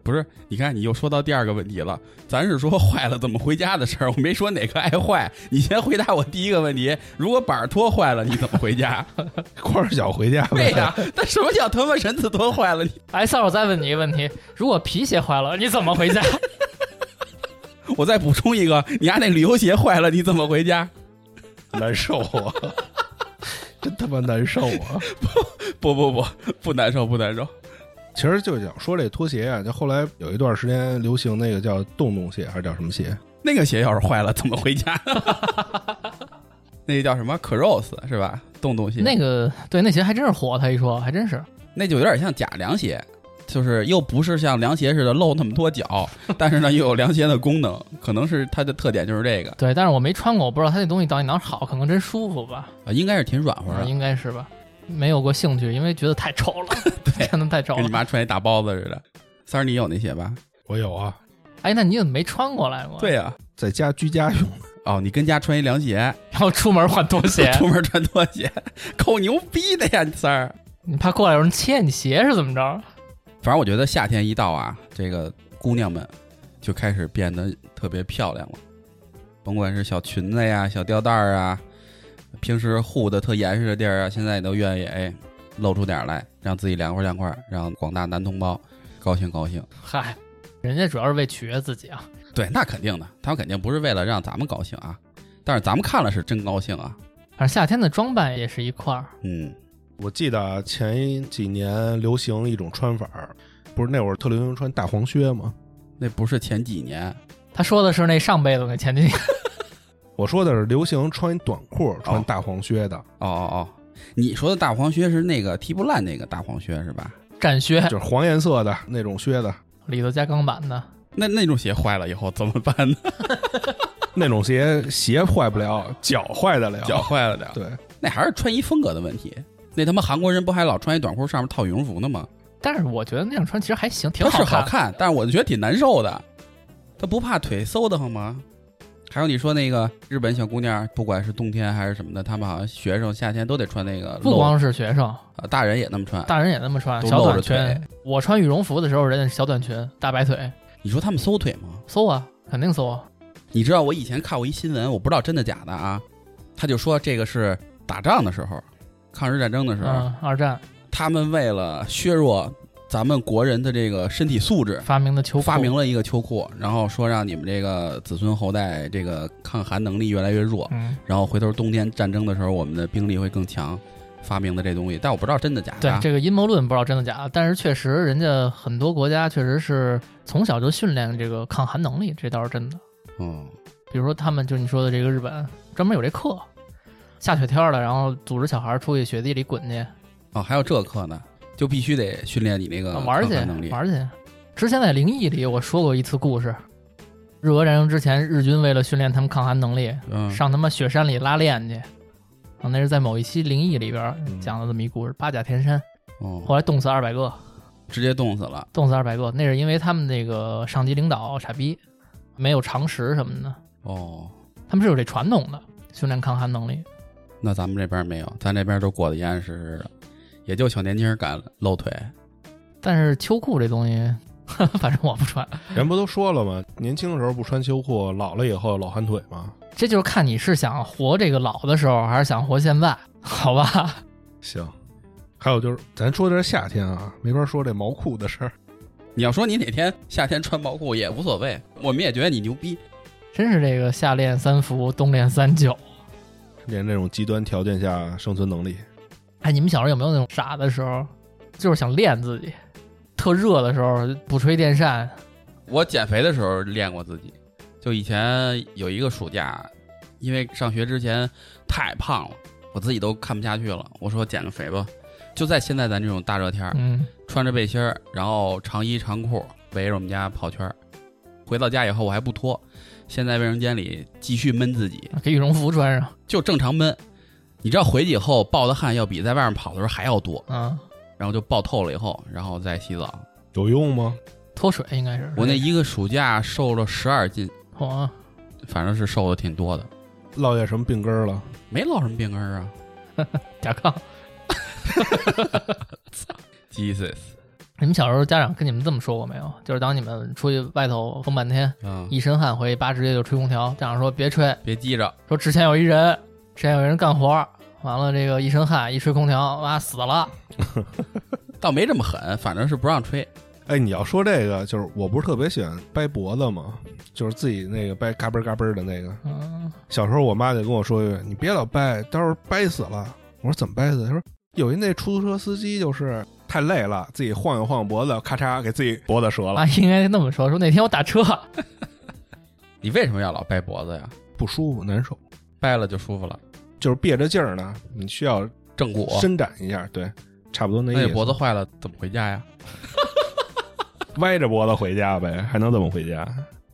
Speaker 2: 不是，你看你又说到第二个问题了，咱是说坏了怎么回家的事儿，我没说哪个爱坏。你先回答我第一个问题，如果板儿拖坏了，你怎么回家？
Speaker 3: 光着脚回家
Speaker 2: 对
Speaker 3: 呗。
Speaker 2: 呀、那什么叫他妈人字拖坏了？你
Speaker 1: 哎，三儿，我再问你一个问题：如果皮鞋坏了，你怎么回 家？
Speaker 2: 我再补充一个，你家那旅游鞋坏了，你怎么回家？
Speaker 3: 难受啊， 真他妈难受 啊！
Speaker 2: 不不不，不难受不难受。
Speaker 3: 其实就想说这拖鞋啊，就后来有一段时间流行那个叫洞洞鞋，还是叫什么鞋？
Speaker 2: 那个鞋要是坏了，怎么回家？ 那个叫什么 Cross 是吧？洞洞鞋，
Speaker 1: 那个对，那鞋还真是火，他一说还真是。
Speaker 2: 那就有点像假凉鞋，就是又不是像凉鞋似的露那么 多脚，但是呢又有凉鞋的功能，可能是它的特点就是这个
Speaker 1: 对，但是我没穿过，我不知道他那东西到底哪儿好，可能真舒服吧，嗯
Speaker 2: 啊，应该是挺软和的，
Speaker 1: 应该是吧。没有过兴趣，因为觉得太丑了，
Speaker 2: 对
Speaker 1: 真的太丑
Speaker 2: 跟你
Speaker 1: 了。
Speaker 2: 妈穿一大包子似的。三儿，你有那鞋吧？
Speaker 3: 我有啊，
Speaker 1: 哎，那你怎么没穿过来过？，
Speaker 2: 对呀、
Speaker 3: 在家居家用。
Speaker 2: 哦，你跟家穿一凉鞋，，
Speaker 1: 然后出门换拖鞋
Speaker 2: 出门穿拖鞋， 够牛逼的呀，你三儿。
Speaker 1: 你怕过来有人切你鞋是怎么着？
Speaker 2: 反正我觉得夏天一到啊，这个姑娘们就开始变得特别漂亮了，甭管是小裙子呀、小吊带儿啊，平时护的特严实的地儿啊，现在也都愿意哎露出点儿来，让自己凉快凉快，让广大男同胞高兴高兴。
Speaker 1: 嗨，人家主要是为取悦自己啊。
Speaker 2: 对，那肯定的，他们肯定不是为了让咱们高兴啊，但是咱们看了是真高兴啊。
Speaker 1: 反正夏天的装扮也是一块儿，
Speaker 2: 嗯，
Speaker 3: 我记得啊前几年流行一种穿法儿，不是那会儿特流行穿大黄靴吗？
Speaker 2: 那不是前几年
Speaker 1: 他说的是那上辈子那前进，
Speaker 3: 我说的是流行穿短裤、穿大黄靴的，
Speaker 2: 哦哦哦，你说的大黄靴是那个踢不烂那个大黄靴是吧？
Speaker 1: 战靴
Speaker 3: 就是黄颜色的那种靴子，
Speaker 1: 里头加钢板的，
Speaker 2: 那那种鞋坏了以后怎么办呢？
Speaker 3: 那种鞋鞋坏不了，脚坏得了。
Speaker 2: 脚坏了点儿，
Speaker 3: 对，
Speaker 2: 那还是穿衣风格的问题。那他妈韩国人不还老穿一短裤上面套羽绒服呢吗？
Speaker 1: 但是我觉得那样穿其实还行，挺
Speaker 2: 他
Speaker 1: 好
Speaker 2: 是好
Speaker 1: 看。
Speaker 2: 看，但是我觉得挺难受的。他不怕腿馊得慌吗？还有你说那个日本小姑娘，不管是冬天还是什么的，他们好像学生夏天都得穿那个露，
Speaker 1: 不光是学生，
Speaker 2: 呃大人也那么穿。
Speaker 1: 大人也那么穿
Speaker 2: 都
Speaker 1: 小
Speaker 2: 露
Speaker 1: 短
Speaker 2: 着
Speaker 1: 裙
Speaker 2: 腿。
Speaker 1: 我穿羽绒服的时候，人家是小短裙、大白腿，
Speaker 2: 你说他们馊腿吗？
Speaker 1: 搜啊，肯定搜啊。
Speaker 2: 你知道我以前看过一新闻，我不知道真的假的啊。他就说这个是打仗的时候，抗日战争的时候，
Speaker 1: 嗯，二战
Speaker 2: 他们为了削弱咱们国人的这个身体素质，
Speaker 1: 发明的球裤
Speaker 2: 发明，了一个秋裤，然后说让你们这个子孙后代这个抗寒能力越来越弱，
Speaker 1: 嗯，
Speaker 2: 然后回头冬天战争的时候我们的兵力会更强，发明的这东西，但我不知道真的假的
Speaker 1: 对
Speaker 2: 啊。
Speaker 1: 这个阴谋论不知道真的假的，但是确实人家很多国家确实是从小就训练这个抗寒能力，这倒是真的。
Speaker 2: 嗯，
Speaker 1: 比如说他们就是你说的这个日本，专门有这课，下雪天了，然后组织小孩出去雪地里滚去、
Speaker 2: 哦，还有这课呢，就必须得训练你那个
Speaker 1: 啊玩去
Speaker 2: 呃抗寒能力。
Speaker 1: 玩去。之前在《灵异》里我说过一次故事，日俄战争之前，日军为了训练他们抗寒能力，
Speaker 2: 嗯，
Speaker 1: 上他妈雪山里拉练去。啊，那是在某一期《灵异》里边
Speaker 3: 嗯
Speaker 1: 讲的这么一故事，八甲天山。
Speaker 2: 哦，
Speaker 1: 后来冻死二百个，
Speaker 2: 直接冻死了。
Speaker 1: 冻死二百个，那是因为他们那个上级领导傻逼，没有常识什么的，
Speaker 2: 哦，
Speaker 1: 他们是有这传统的训练抗寒能力。
Speaker 2: 那咱们这边没有，咱这边都过得严严实实的，也就小年轻人敢露腿。
Speaker 1: 但是秋裤这东西， 反正我不穿，
Speaker 3: 人不都说了吗？年轻的时候不穿秋裤，老了以后老寒腿吗？
Speaker 1: 这就是看你是想活这个老的时候，还是想活现在，好吧？
Speaker 3: 行。还有就是，咱说的是夏天啊，没法说这毛裤的事儿。
Speaker 2: 你要说你哪天夏天穿毛裤也无所谓，我们也觉得你牛逼。
Speaker 1: 真是这个夏练三伏，冬练三九。
Speaker 3: 连这种极端条件下生存能力，
Speaker 1: 哎，你们小时候有没有那种傻的时候，就是想练自己？特热的时候不吹电扇，
Speaker 2: 我减肥的时候练过自己，就以前有一个暑假，因为上学之前太胖了，我自己都看不下去了，我说减个肥吧。就在现在咱这种大热天儿，
Speaker 1: 嗯，
Speaker 2: 穿着背心儿，然后长衣长裤围着我们家跑圈儿。回到家以后我还不脱，先在卫生间里继续闷自己，
Speaker 1: 给羽绒服穿上，
Speaker 2: 就正常闷。你知道回去以后爆的汗要比在外面跑的时候还要多，
Speaker 1: 嗯，
Speaker 2: 然后就爆透了以后，然后再洗澡。
Speaker 3: 有用吗？
Speaker 1: 脱水应该是。
Speaker 2: 我那一个暑假瘦了十二斤，
Speaker 1: 我
Speaker 2: 反正是瘦的挺多的，
Speaker 3: 落下什么病根儿了？
Speaker 2: 没落什么病根儿啊。
Speaker 1: 甲亢。
Speaker 2: Jesus，
Speaker 1: 你们小时候家长跟你们这么说过没有？就是当你们出去外头疯半天，
Speaker 2: 嗯，
Speaker 1: 一身汗回去，叭直接就吹空调。家长说别吹，
Speaker 2: 别记着，
Speaker 1: 说之前有一人，之前有一人干活，完了这个一身汗一吹空调，哇死了。
Speaker 2: 倒没这么狠，反正是不让吹。
Speaker 3: 哎，你要说这个，就是我不是特别喜欢掰脖子嘛，就是自己那个掰嘎嘣嘎嘣的那个。
Speaker 1: 嗯，
Speaker 3: 小时候我妈就跟我说一句：“你别老掰，到时候掰死了。”我说：“怎么掰死？”她说：“有一那出租车司机就是太累了，自己晃悠晃悠脖子，咔嚓给自己脖子折了，
Speaker 1: 啊，应该那么说。说那天我打车，
Speaker 2: 你为什么要老掰脖子呀？
Speaker 3: 不舒服，难受，
Speaker 2: 掰了就舒服了，
Speaker 3: 就是憋着劲儿呢，你需要
Speaker 2: 正骨。
Speaker 3: 伸展一下，对，差不多那
Speaker 2: 那
Speaker 3: 意
Speaker 2: 哎你脖
Speaker 3: 思。
Speaker 2: 子坏了怎么回家呀？
Speaker 3: 歪着脖子回家呗，还能怎么回家？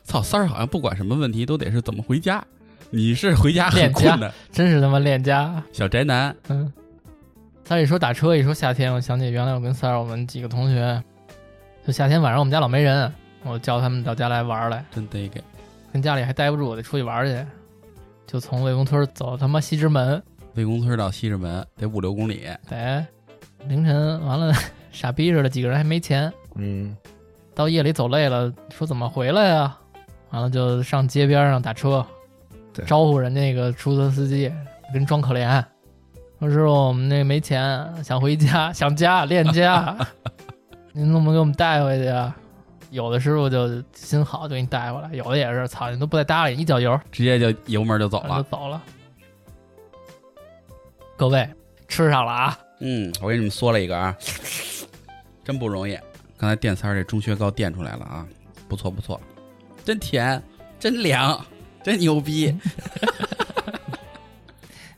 Speaker 2: 操，三儿好像不管什么问题都得是怎么回家，你是回家很
Speaker 1: 恋家
Speaker 2: 困难，
Speaker 1: 真是他妈恋家。
Speaker 2: 小宅男。
Speaker 1: 嗯，他一说打车，一说夏天，我想起原来我跟三儿我们几个同学，就夏天晚上我们家老没人，我叫他们到家来玩儿来，
Speaker 2: 真得给
Speaker 1: 跟家里还待不住，我得出去玩儿去，就从魏公村走到他妈西直门，
Speaker 2: 魏公村到西直门得五六公里，
Speaker 1: 得凌晨完了， 傻逼似的，几个人还没钱，
Speaker 3: 嗯，
Speaker 1: 到夜里走累了，说怎么回来呀、完了就上街边上打车
Speaker 3: 对，
Speaker 1: 招呼人那个出租车司机，跟装可怜，说师傅我们那没钱，想回家， 想家恋 家，您能不能给我们带回去啊？有的师傅就心好，就给你带回来；有的也是，操你都不带搭理，一脚油
Speaker 2: 直接就油门就走
Speaker 1: 就
Speaker 2: 了。
Speaker 1: 走了。各位吃上了啊，
Speaker 2: 嗯，我给你们说了一个啊，真不容易。刚才电三儿这中薛高垫出来了啊，不错不错，真甜，真凉，真牛逼。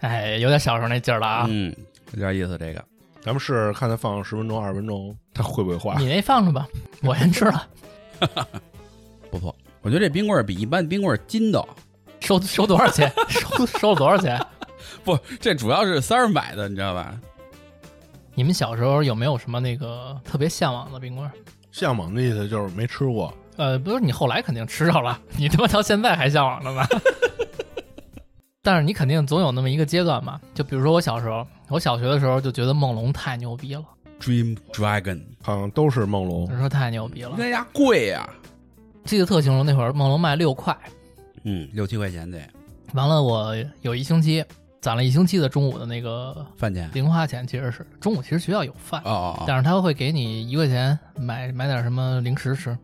Speaker 1: 哎，有点小时候那劲儿了啊。
Speaker 2: 嗯，有点意思这个。
Speaker 3: 咱们试试看他放十分钟、二十分钟，他会不会化
Speaker 1: 你？那放着吧，我先吃了，
Speaker 2: 不错，我觉得这冰棍儿比一般冰棍儿筋道。
Speaker 1: 收收多少钱？ 收收了多少钱？
Speaker 2: 不，这主要是三儿买的，你知道吧？
Speaker 1: 你们小时候有没有什么那个特别向往的冰棍儿？
Speaker 3: 向往的意思就是没吃过，
Speaker 1: 呃，不是，你后来肯定吃着了，你他妈到现在还向往着呢。 但是你肯定总有那么一个阶段吧？就比如说我小时候，我小学的时候就觉得梦龙太牛逼了，
Speaker 2: Dream Dragon，
Speaker 3: 好像都是梦龙
Speaker 1: 我。说太牛逼了，
Speaker 2: 那家贵呀、
Speaker 1: 记得特清楚。那会儿梦龙卖六块，
Speaker 2: 嗯，六七块钱得
Speaker 1: 完了我有一星期攒了一星期的中午的那个
Speaker 2: 饭钱。
Speaker 1: 零花钱，其实是中午其实学校有饭，
Speaker 2: 哦哦哦，
Speaker 1: 但是他会给你一块钱买买点什么零食吃。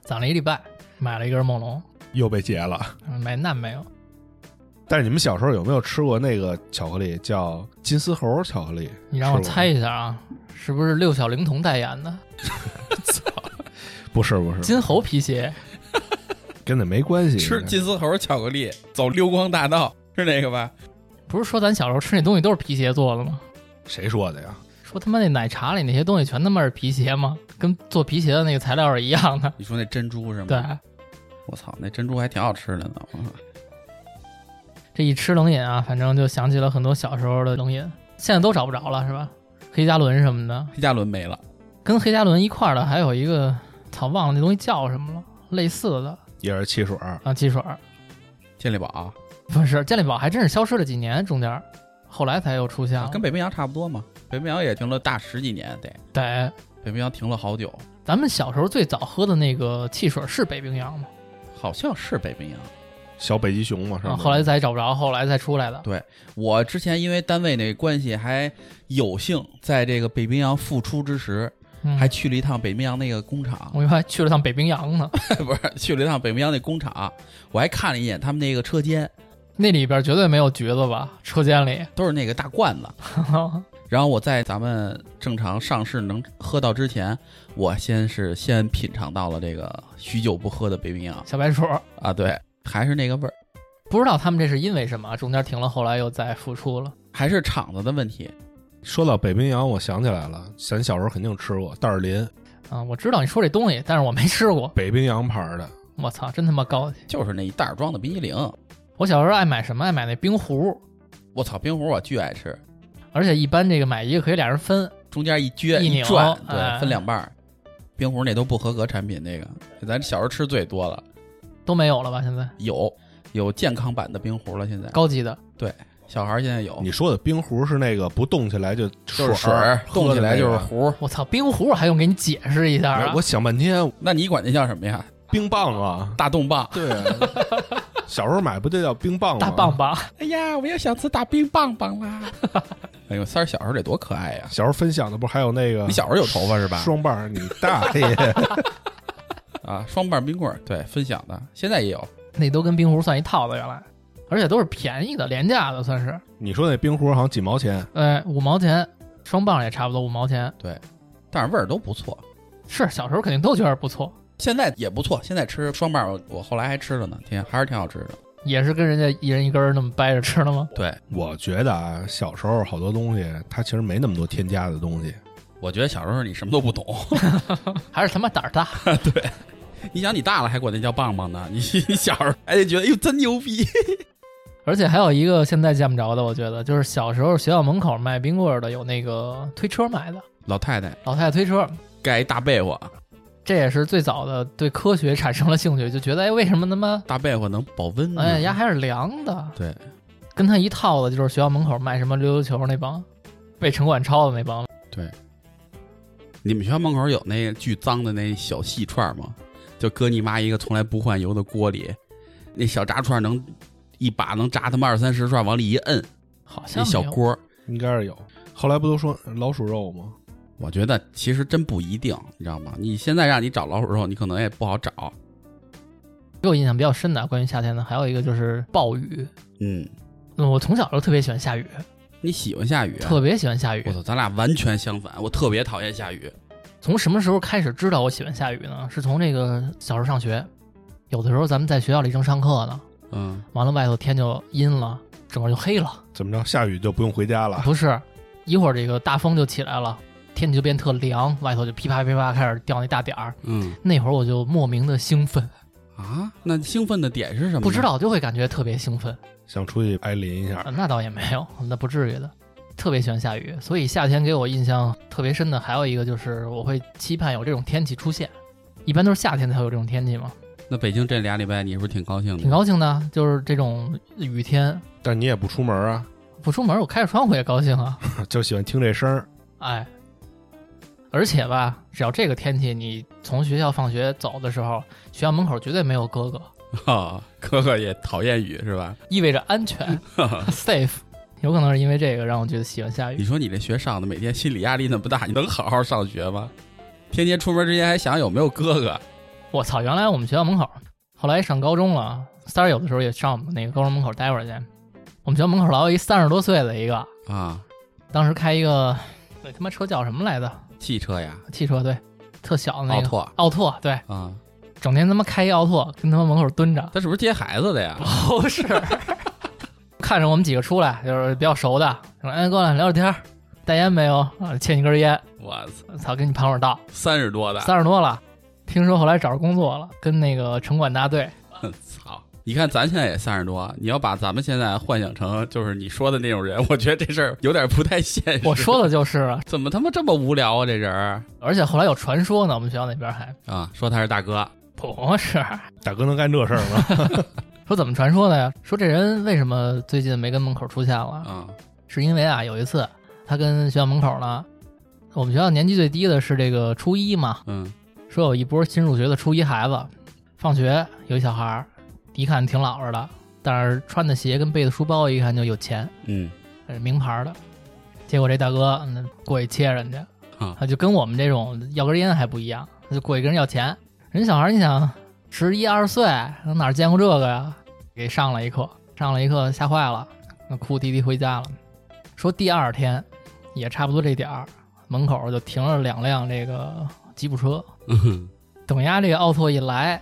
Speaker 1: 攒了一礼拜，买了一根梦龙，
Speaker 3: 又被劫了。
Speaker 1: 嗯买那没有。
Speaker 3: 但是你们小时候有没有吃过那个巧克力叫金丝猴巧克力？
Speaker 1: 你让我
Speaker 3: 吃过吗
Speaker 1: 猜，一下啊，是不是六小龄童代言的
Speaker 3: 不是不是，
Speaker 1: 金猴皮鞋？
Speaker 3: 跟那没关系。
Speaker 2: 吃金丝猴巧克力，走溜光大道是那个吧？
Speaker 1: 不是说咱小时候吃那东西都是皮鞋做的吗？
Speaker 3: 谁说的呀？
Speaker 1: 说他妈那奶茶里那些东西全他妈是皮鞋吗？跟做皮鞋的那个材料是一样的。
Speaker 2: 你说那珍珠是吗？
Speaker 1: 对，，
Speaker 2: 我操，那珍珠还挺好吃的呢。
Speaker 1: 这一吃冷饮啊，反正就想起了很多小时候的冷饮，现在都找不着了，是吧？黑加仑什么的，
Speaker 2: 黑加仑没了，
Speaker 1: 跟黑加仑一块儿的还有一个，操，忘了那东西叫什么了，类似的
Speaker 3: 也是汽水儿，
Speaker 1: 啊，汽水儿
Speaker 2: 健力宝啊
Speaker 1: 不是健力宝，还真是消失了几年，中间儿后来才又出现了。
Speaker 2: 啊跟北冰洋差不多嘛，北冰洋也停了大十几年，得
Speaker 1: 对，
Speaker 2: 北冰洋停了好久，
Speaker 1: 咱们小时候最早喝的那个汽水是北冰洋嘛，
Speaker 2: 好像是北冰洋。
Speaker 3: 小北极熊嘛，上
Speaker 1: 啊，
Speaker 3: 面
Speaker 1: 后来才找不着，后来才出来的。
Speaker 2: 我之前因为单位那关系，还有幸在这个北冰洋复出之时，
Speaker 1: 嗯、
Speaker 2: 还去了一趟北冰洋那个工厂，
Speaker 1: 我以为还去了趟北冰洋呢，
Speaker 2: 不是去了一趟北冰洋那工厂，我还看了一眼他们那个车间，
Speaker 1: 那里边绝对没有橘子吧？车间里，
Speaker 2: 都是那个大罐子。然后我在咱们正常上市能喝到之前，我先是先品尝到了这个许久不喝的北冰洋
Speaker 1: 小白鼠
Speaker 2: 啊，对，还是那个味儿，
Speaker 1: 不知道他们这是因为什么，中间停了，后来又再复出了。
Speaker 2: 还是厂子的问题。
Speaker 3: 说到北冰洋，我想起来了，咱小时候肯定吃过袋儿林
Speaker 1: 啊，我知道你说这东西，但是我没吃过。
Speaker 3: 北冰洋牌儿的，
Speaker 1: 我操，真他妈高级！
Speaker 2: 就是那一袋儿装的冰激凌，
Speaker 1: 我小时候爱买什么？爱买那冰壶，
Speaker 2: 我操，冰壶我巨爱吃，
Speaker 1: 而且一般这个买一个可以俩人分。
Speaker 2: 中间一撅
Speaker 1: 一
Speaker 2: 一
Speaker 1: 拧
Speaker 2: 转，对，
Speaker 1: 哎
Speaker 2: 分两半儿。冰壶那都不合格产品，那个咱小时候吃最多了，
Speaker 1: 都没有了吧？现在
Speaker 2: 有有健康版的冰壶了，现在
Speaker 1: 高级的
Speaker 2: 小孩儿现在有，
Speaker 3: 你说的冰壶是那个不动起来就
Speaker 2: 就是水
Speaker 3: 儿
Speaker 2: 儿，冻起来就是
Speaker 3: 喝的
Speaker 2: 壶。
Speaker 1: 我操，冰壶还用给你解释一下
Speaker 3: 那个
Speaker 1: 啊
Speaker 3: 哎？我想半天，
Speaker 2: 那你管那叫什么呀？
Speaker 3: 冰 棒啊，
Speaker 2: 大冻棒。
Speaker 3: 对啊，小时候买不就叫冰棒吗？
Speaker 1: 大棒。 棒，
Speaker 2: 哎呀，我又想吃大冰棒棒啦！ 哎呦，三儿小时候得多可爱呀！
Speaker 3: 小时候分享的不是还有那个
Speaker 2: 你小时候有头发是吧？
Speaker 3: 双棒儿？你大爷！
Speaker 2: 啊，双棒冰棍儿，对，分享的，现在也有。
Speaker 1: 那都跟冰壶算一套的原来，而且都是便宜的、廉价的，算是。
Speaker 3: 你说那冰壶好像几毛钱？
Speaker 1: 呃，五毛钱，双棒也差不多五毛钱。
Speaker 2: 但是味儿都不错。
Speaker 1: 是小时候肯定都觉得不错，
Speaker 2: 现在也不错，现在吃双棒儿，我后来还吃了呢，天，还是挺好吃的。
Speaker 1: 也是跟人家一人一根儿那么掰着吃的吗？
Speaker 2: 对，
Speaker 3: 我觉得啊，小时候好多东西它其实没那么多添加的东西。
Speaker 2: 我觉得小时候你什么都不懂，
Speaker 1: 还是他妈胆儿大？
Speaker 2: 你想你大了还管那叫棒棒呢，你 你小时候还得哎觉得哟真牛逼。
Speaker 1: 而且还有一个现在见不着的，我觉得就是小时候学校门口卖冰棍儿的有那个推车卖的，
Speaker 2: 老太太
Speaker 1: 老太太推车，
Speaker 2: 盖一大被窝，
Speaker 1: 这也是最早的对科学产生了兴趣，就觉得哎，为什么他妈
Speaker 2: 大被窝能保温呢？
Speaker 1: 哎呀还是凉的？
Speaker 2: 对，
Speaker 1: 跟他一套的就是学校门口卖什么溜溜球那帮，被城管抄的那帮，
Speaker 2: 你们学校门口有那巨脏的那小细串吗？就搁你妈一个从来不换油的锅里，那小炸串能一把能炸他妈二三十串，往里一摁，
Speaker 1: 好像
Speaker 2: 那小
Speaker 1: 没有
Speaker 2: 锅儿。
Speaker 3: 应该是有。后来不都说老鼠肉吗？
Speaker 2: 我觉得其实真不一定，你知道吗？你现在让你找老鼠肉，你可能也不好找。
Speaker 1: 给我印象比较深的关于夏天的，还有一个就是暴雨。
Speaker 2: 嗯，
Speaker 1: 嗯我从小就特别喜欢下雨，
Speaker 2: 你喜欢下雨啊？
Speaker 1: 特别喜欢下雨
Speaker 2: 我。操，咱俩完全相反，我特别讨厌下雨。
Speaker 1: 从什么时候开始知道我喜欢下雨呢？是从这个小时候上学，有的时候咱们在学校里正上课呢，
Speaker 2: 嗯，
Speaker 1: 完了外头天就阴了，整个就黑了。
Speaker 3: 怎么着，下雨就不用回家了？
Speaker 1: 不是，一会儿这个大风就起来了，天气就变特凉，外头就噼啪噼啪开始掉那大点儿。
Speaker 2: 嗯
Speaker 1: 那会儿我就莫名的兴奋，
Speaker 2: 啊，那兴奋的点是什么呢？
Speaker 1: 不知道就会感觉特别兴奋。
Speaker 3: 想出去挨淋一下
Speaker 1: 呃，那倒也没有，那不至于的。特别喜欢下雨，所以夏天给我印象特别深的还有一个就是，我会期盼有这种天气出现。一般都是夏天才有这种天气嘛，
Speaker 2: 那北京这俩礼拜你是不是挺高兴的？
Speaker 1: 挺高兴的。就是这种雨天，
Speaker 3: 但你也不出门啊，
Speaker 1: 不出门，我开着窗户也高兴啊。
Speaker 3: 就喜欢听这声儿。
Speaker 1: 哎，而且吧，只要这个天气，你从学校放学走的时候，学校门口绝对没有哥哥，
Speaker 2: 啊，哥哥也讨厌雨是吧？
Speaker 1: 意味着安全 safe。有可能是因为这个让我觉得喜欢下
Speaker 2: 你
Speaker 1: 雨。
Speaker 2: 说你这学上的，每天心理压力那么大，你能好好上学吗？天天出门之前还想有没有哥哥？
Speaker 1: 我操！原来我们学校门口，后来上高中了，三儿有的时候也上我们那个高中门口待会儿去。我们学校门口老有一三十多岁的一个，
Speaker 2: 啊，
Speaker 1: 当时开一个那他妈车叫什么来着？
Speaker 2: 汽车呀，
Speaker 1: 汽车对，特小的那
Speaker 2: 奥
Speaker 1: 个
Speaker 2: 拓
Speaker 1: 奥拓对，
Speaker 2: 啊，
Speaker 1: 整天他妈开一奥拓，跟他们门口蹲着。
Speaker 2: 他是不是接孩子的呀？
Speaker 1: 不是， 看着我们几个出来，就是比较熟的，说：“哎，过来聊聊天儿，带烟没有？啊，欠你根烟。
Speaker 2: 我操，
Speaker 1: 操，给你盘会儿道。
Speaker 2: 三十多的，
Speaker 1: 三十多了，听说后来找着工作了，跟那个城管大队。
Speaker 2: 操，你看咱现在也三十多，你要把咱们现在幻想成就是你说的那种人，我觉得这事儿有点不太现实。
Speaker 1: 我说的 就是啊，
Speaker 2: 怎么他妈这么无聊啊？这人儿
Speaker 1: 而且后来有传说呢，我们学校那边还
Speaker 2: 啊，说他是大哥，
Speaker 1: 不是
Speaker 3: 大哥能干这事儿 吗？
Speaker 1: 说怎么传说的呀？说这人为什么最近没跟门口出现了？
Speaker 2: 嗯
Speaker 1: 是因为啊，有一次他跟学校门口呢，我们学校年级最低的是这个初一嘛，
Speaker 2: 嗯
Speaker 1: 说有一波新入学的初一孩子，放学有一小孩儿，一看挺老实的，但是穿的鞋跟背的书包一看就有钱，
Speaker 2: 嗯
Speaker 1: 是呃名牌的。结果这大哥那过去切人家，
Speaker 2: 啊
Speaker 1: 他就跟我们这种要根烟还不一样，他就过去跟人要钱。人小孩儿你想十一二岁，哪见过这个呀？给上了一课，上了一课吓坏了，那哭啼啼回家了。说第二天也差不多这点儿，门口就停了两辆这个吉普车。
Speaker 2: 嗯 哼
Speaker 1: 等丫这个奥拓一来，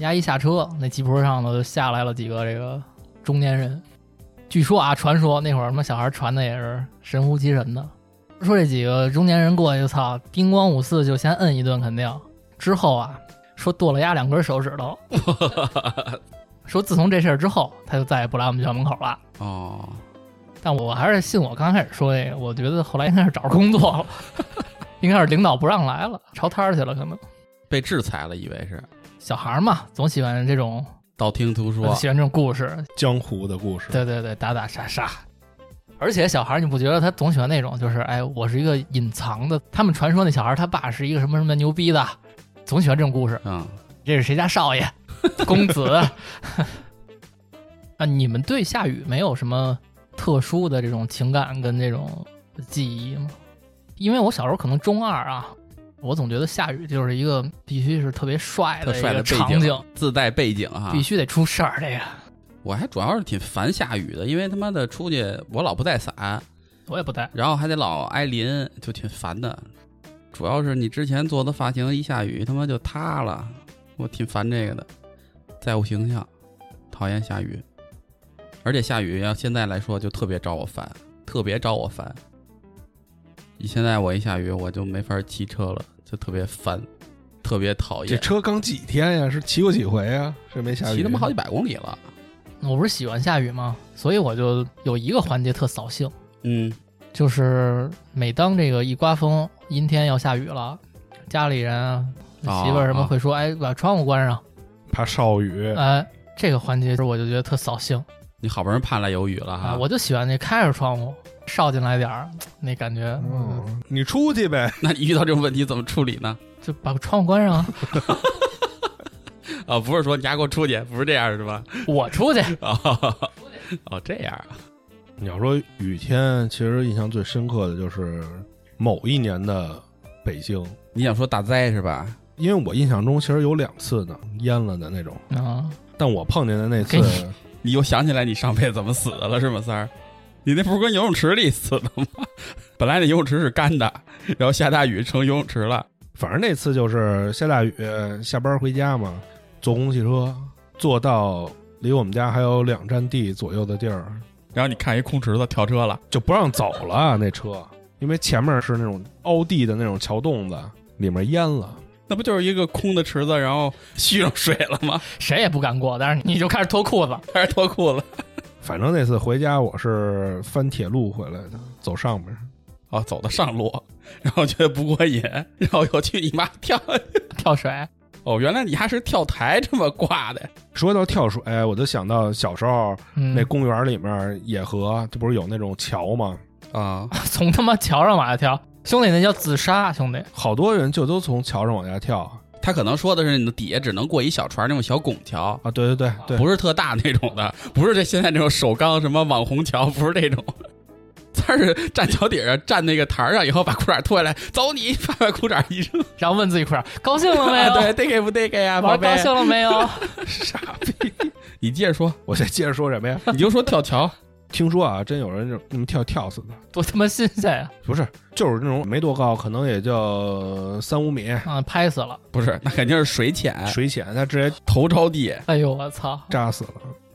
Speaker 1: 丫一下车，那吉普车上头就下来了几个这个中年人。据说啊，传说那会儿他妈小孩传的也是神乎其神的，说这几个中年人过去，操，叮咣五四就先摁一顿，肯定之后啊，说剁了丫两根手指头，说自从这事儿之后，他就再也不来我们学校门口了。
Speaker 2: 哦，
Speaker 1: 但我还是信我刚开始说那个，我觉得后来应该是找着工作了， 应该是领导不让来了，朝摊儿去了，可能
Speaker 2: 被制裁了，以为是
Speaker 1: 小孩儿嘛，总喜欢这种
Speaker 2: 道听途说
Speaker 1: 我喜欢这种故事，
Speaker 3: 江湖的故事，
Speaker 1: 对对对，打打杀杀。而且小孩儿，你不觉得他总喜欢那种，就是哎，我是一个隐藏的。他们传说那小孩儿他爸是一个什么什么牛逼的，总喜欢这种故事。
Speaker 2: 嗯。
Speaker 1: 这是谁家少爷、 公子啊？你们对下雨没有什么特殊的这种情感跟这种记忆吗？因为我小时候可能中二啊，我总觉得下雨就是一个必须是特别帅
Speaker 2: 特
Speaker 1: 的一
Speaker 2: 帅
Speaker 1: 个
Speaker 2: 的背
Speaker 1: 场景
Speaker 2: 景，，啊自带背景哈
Speaker 1: 必。须得出事儿。这个
Speaker 2: 我还主要是挺烦下雨的，因为他妈的出去我老不带伞，
Speaker 1: 我也不带。
Speaker 2: 然后还得老挨淋，就挺烦的。主要是你之前做的发型一下雨他妈就塌了，我挺烦这个的，在乎形象，讨厌下雨，而且下雨要现在来说就特别招我烦，特别招我烦。你现在我一下雨我就没法骑车了，就特别烦，特别讨
Speaker 3: 这
Speaker 2: 厌。
Speaker 3: 车刚几天呀？是骑过几回啊呀？是没下雨？
Speaker 2: 骑他妈好几百公里了，
Speaker 1: 我不是喜欢下雨吗？所以我就有一个环节特扫兴，
Speaker 2: 嗯
Speaker 1: 就是每当这个一刮风，阴天要下雨了，家里人啊、
Speaker 2: 啊
Speaker 1: 媳妇儿什么
Speaker 2: 啊
Speaker 1: 会说：“哎，把窗户关上。
Speaker 3: 怕少雨”，
Speaker 1: 哎，这个环节我就觉得特扫兴
Speaker 2: 你好不容易盼来有雨了
Speaker 1: 啊！
Speaker 2: 哈，
Speaker 1: 我就喜欢那开着窗户，少进来点儿，那感觉，嗯，
Speaker 3: 嗯，你出去呗，
Speaker 2: 那你遇到这种问题怎么处理呢？
Speaker 1: 就把窗户关上啊，
Speaker 2: 啊，不是说你丫给我出去，不是这样是吧？
Speaker 1: 我出去。
Speaker 2: 啊， 哦，这样啊，
Speaker 3: 你要说雨天，其实印象最深刻的就是某一年的北京，
Speaker 2: 你想说大灾是吧？
Speaker 3: 因为我印象中其实有两次呢淹了的那种，
Speaker 1: 嗯，
Speaker 3: 但我碰见的那次
Speaker 1: 给你
Speaker 2: 你又想起来你上辈子怎么死的了是吗，三儿？你那不是跟游泳池里死的吗？本来那游泳池是干的，然后下大雨成游泳池了。
Speaker 3: 反正那次就是下大雨，下班回家嘛，坐公共汽车，坐到离我们家还有两站地左右的地儿，
Speaker 2: 然后你看一空池子跳车了，
Speaker 3: 就不让走了那车，因为前面是那种凹地的那种桥洞子，里面淹了。
Speaker 2: 那不就是一个空的池子，然后蓄上水了吗？
Speaker 1: 谁也不敢过，但是你就开始脱裤子，
Speaker 2: 还是脱裤子？
Speaker 3: 反正那次回家我是翻铁路回来的，走上面。
Speaker 2: 啊，走到上路，然后觉得不过瘾，然后又去你妈跳。
Speaker 1: 跳水。
Speaker 2: 哦，原来你还是跳台这么挂的。
Speaker 3: 说到跳水，我就想到小时候
Speaker 1: 嗯
Speaker 3: 那，公园里面野河，这不是有那种桥吗？
Speaker 2: 啊，
Speaker 1: 从他妈桥上往下跳，兄弟，那叫自杀，兄弟。
Speaker 3: 好多人就都从桥上往下跳啊
Speaker 2: 他可能说的是你的底下只能过一小船那种小拱桥，
Speaker 3: 啊！对对对对，
Speaker 2: 不是特大那种的，不是这现在这种首钢什么网红桥， 不是这种。他是站桥底下，站那个台儿上啊以后，把裤衩脱下来，走你，把把裤衩一扔，
Speaker 1: 然后问自己裤衩高兴了 没有？
Speaker 2: 哎 对，得给不得给啊，宝
Speaker 1: 玩高
Speaker 2: 贝。
Speaker 1: 兴了没 有？
Speaker 3: 傻逼！
Speaker 2: 你接着说，
Speaker 3: 我再接着说什么呀？
Speaker 2: 你就说跳桥，
Speaker 3: 听说啊，真有人就那么跳跳死的，
Speaker 1: 多他妈啊新鲜呀！
Speaker 3: 不是，就是那种没多高，可能也就三五米，
Speaker 1: 啊，拍死了！
Speaker 2: 不是，那肯定是水浅，
Speaker 3: 水浅，他直接
Speaker 2: 头着地。
Speaker 1: 哎呦，我操！
Speaker 3: 扎死了。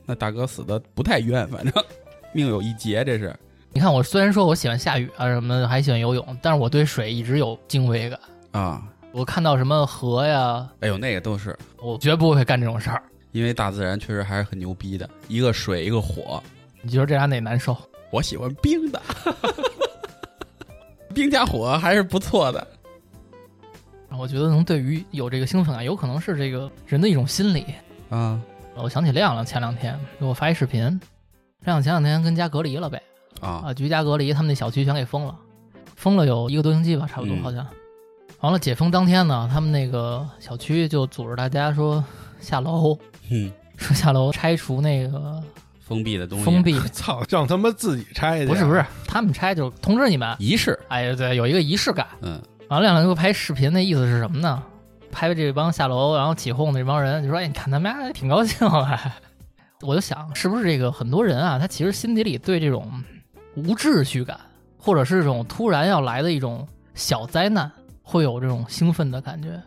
Speaker 2: 那大哥死的不太冤，反正命有一劫，这是。
Speaker 1: 你看，我虽然说我喜欢下雨啊什么的，还喜欢游泳，但是我对水一直有敬畏感。
Speaker 2: 啊，
Speaker 1: 我看到什么河呀，
Speaker 2: 哎呦，那个都是
Speaker 1: 我绝不会干这种事儿。
Speaker 2: 因为大自然确实还是很牛逼的，一个水一个火，
Speaker 1: 你觉得这俩哪难受？
Speaker 2: 我喜欢冰的， 冰加火还是不错的。
Speaker 1: 我觉得能对于有这个兴奋感，有可能是这个人的一种心理。
Speaker 2: 啊
Speaker 1: 我想起亮亮前两天给我发一视频，亮亮前两天跟家隔离了呗，
Speaker 2: 啊
Speaker 1: 啊，居家隔离，他们那小区全给封了，封了有一个多星期吧，差不多
Speaker 2: 嗯
Speaker 1: 好像。完了，解封当天呢，他们那个小区就组织大家说下楼，
Speaker 2: 嗯，
Speaker 1: 说下楼拆除那个
Speaker 2: 封闭的东西，
Speaker 1: 封 闭，
Speaker 3: 操，让他们自己拆去，啊
Speaker 1: 不是不是，他们拆就是通知你们，
Speaker 2: 仪式，
Speaker 1: 哎，对，有一个仪式感。
Speaker 2: 嗯
Speaker 1: 完了，亮亮给我拍视频，那意思是什么呢？拍这帮下楼然后起哄的这帮人，就说：“哎，你看他们家挺高兴的。 我就想，是不是这个很多人啊，他其实心底里对这种无秩序感，或者是这种突然要来的一种小灾难，会有这种兴奋的感觉，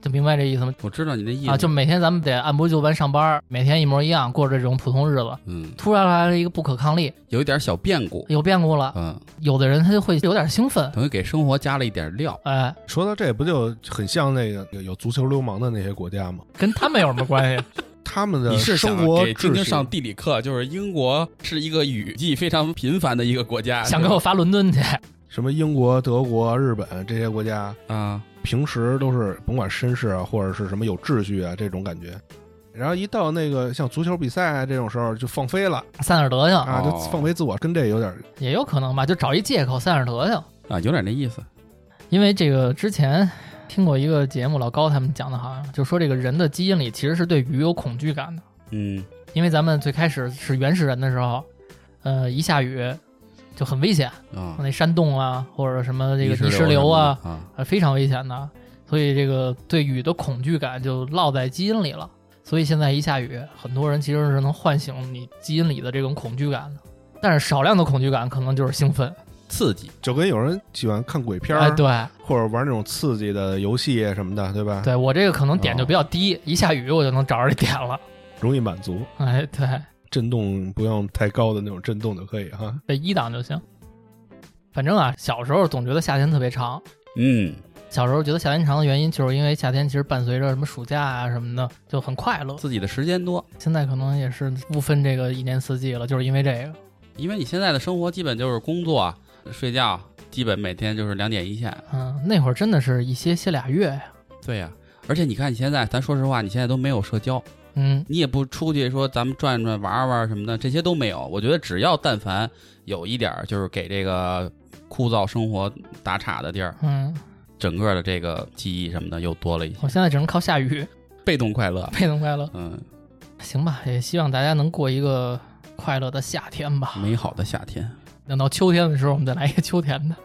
Speaker 1: 就明白这意思吗？
Speaker 2: 我知道你的意思
Speaker 1: 啊，就每天咱们得按部就班上班，每天一模一样过着这种普通日子，
Speaker 2: 嗯，
Speaker 1: 突然来了一个不可抗力，
Speaker 2: 有一点小变故，
Speaker 1: 有变故了，
Speaker 2: 嗯，
Speaker 1: 有的人他就会有点兴奋，
Speaker 2: 等于给生活加了一点料。
Speaker 1: 哎，
Speaker 3: 说到这不就很像那个有足球流氓的那些国家吗？
Speaker 1: 跟他们有什么关系？
Speaker 3: 他们
Speaker 2: 你
Speaker 3: 的
Speaker 2: 是
Speaker 3: 生
Speaker 2: 想
Speaker 3: 活
Speaker 2: 给晶
Speaker 3: 秩
Speaker 2: 晶
Speaker 3: 序
Speaker 2: 上地理课，就是英国是一个雨季非常频繁的一个国家，
Speaker 1: 想给我发伦敦去？
Speaker 3: 什么英国、德国、日本这些国家，
Speaker 2: 啊，
Speaker 3: 平时都是甭管绅士啊，或者是什么有秩序啊这种感觉。然后一到那个像足球比赛啊这种时候，就放飞了
Speaker 1: 散点德行，
Speaker 3: 啊，就
Speaker 2: 哦
Speaker 3: 放飞自我，跟这有点
Speaker 1: 也有可能吧，就找一借口散点德行。
Speaker 2: 啊，有点那意思。
Speaker 1: 因为这个之前听过一个节目，老高他们讲的，好像就说这个人的基因里其实是对鱼有恐惧感的，
Speaker 2: 嗯，
Speaker 1: 因为咱们最开始是原始人的时候，呃，一下雨就很危险，
Speaker 2: 啊，
Speaker 1: 那山洞啊或者什么这个泥
Speaker 2: 石
Speaker 1: 石流啊，
Speaker 2: 什么的啊，
Speaker 1: 呃，非常危险的，所以这个对雨的恐惧感就落在基因里了。所以现在一下雨，很多人其实是能唤醒你基因里的这种恐惧感的，但是少量的恐惧感可能就是兴奋。
Speaker 2: 刺激，
Speaker 3: 就跟有人喜欢看鬼片儿、
Speaker 1: 哎，对
Speaker 3: 或者玩那种刺激的游戏啊什么的，对吧？，
Speaker 1: 对，我这个可能点就比较低，一下雨我就能找着这点了。
Speaker 3: 容易满足，
Speaker 1: 哎，对，
Speaker 3: 震动不用太高的那种震动就可以哈。
Speaker 1: 这一档就行。反正啊，小时候总觉得夏天特别长，
Speaker 2: 嗯，
Speaker 1: 小时候觉得夏天长的原因，就是因为夏天其实伴随着什么暑假啊什么的，就很快乐。
Speaker 2: 自己的时间多，
Speaker 1: 现在可能也是不分这个一年四季了，就是因为这个。
Speaker 2: 因为你现在的生活基本就是工作、睡觉，基本每天就是两点一线。
Speaker 1: 嗯，那会儿真的是一歇歇俩月呀。
Speaker 2: 对呀、而且你看你现在，咱说实话，你现在都没有社交，
Speaker 1: 嗯，
Speaker 2: 你也不出去说咱们转转、玩玩什么的，这些都没有。我觉得只要但凡有一点儿就是给这个枯燥生活打岔的地儿，
Speaker 1: 嗯，
Speaker 2: 整个的这个记忆什么的又多了一些，
Speaker 1: 我现在只能靠下雨，
Speaker 2: 被动快乐。
Speaker 1: 被动快乐。
Speaker 2: 嗯，
Speaker 1: 行吧，也希望大家能过一个快乐的夏天吧。
Speaker 2: 美好的夏天，
Speaker 1: 等到秋天的时候，我们再来一个秋天的。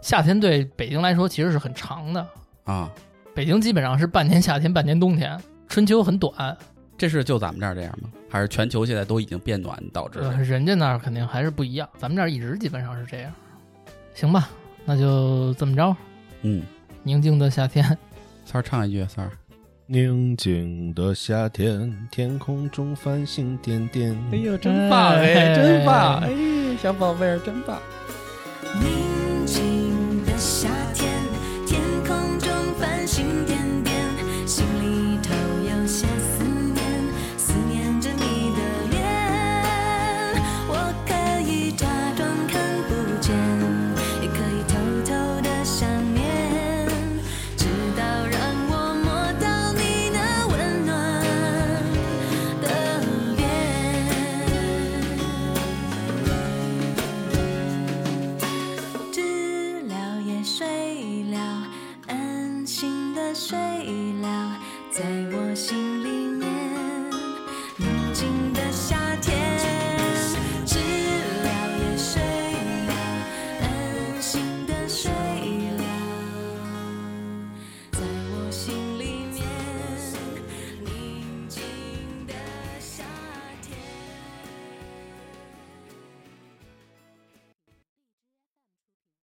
Speaker 1: 夏天对北京来说其实是很长的，
Speaker 2: 啊，
Speaker 1: 北京基本上是半年夏天，半年冬天，春秋很短。
Speaker 2: 这是就咱们这儿这样吗？还是全球现在都已经变暖导致
Speaker 1: 呃，
Speaker 2: 的？
Speaker 1: 人家那儿肯定还是不一样，咱们这儿一直基本上是这样。行吧，那就这么着，
Speaker 2: 嗯，
Speaker 1: 宁静的夏天。
Speaker 2: 三儿唱一句，啊三儿
Speaker 3: 宁静的夏天，天空中繁星点点。
Speaker 2: 呦，
Speaker 1: 真棒哎真棒哎，
Speaker 2: 小宝贝儿，真棒！
Speaker 4: 宁静的夏天，天空中繁星点点，心里头有些思念，思念着你的脸。我可以假装看不见，也可以偷偷的想念，直到让我摸到你那温暖的脸。知了也睡了，安心的睡了，在我心里面，宁静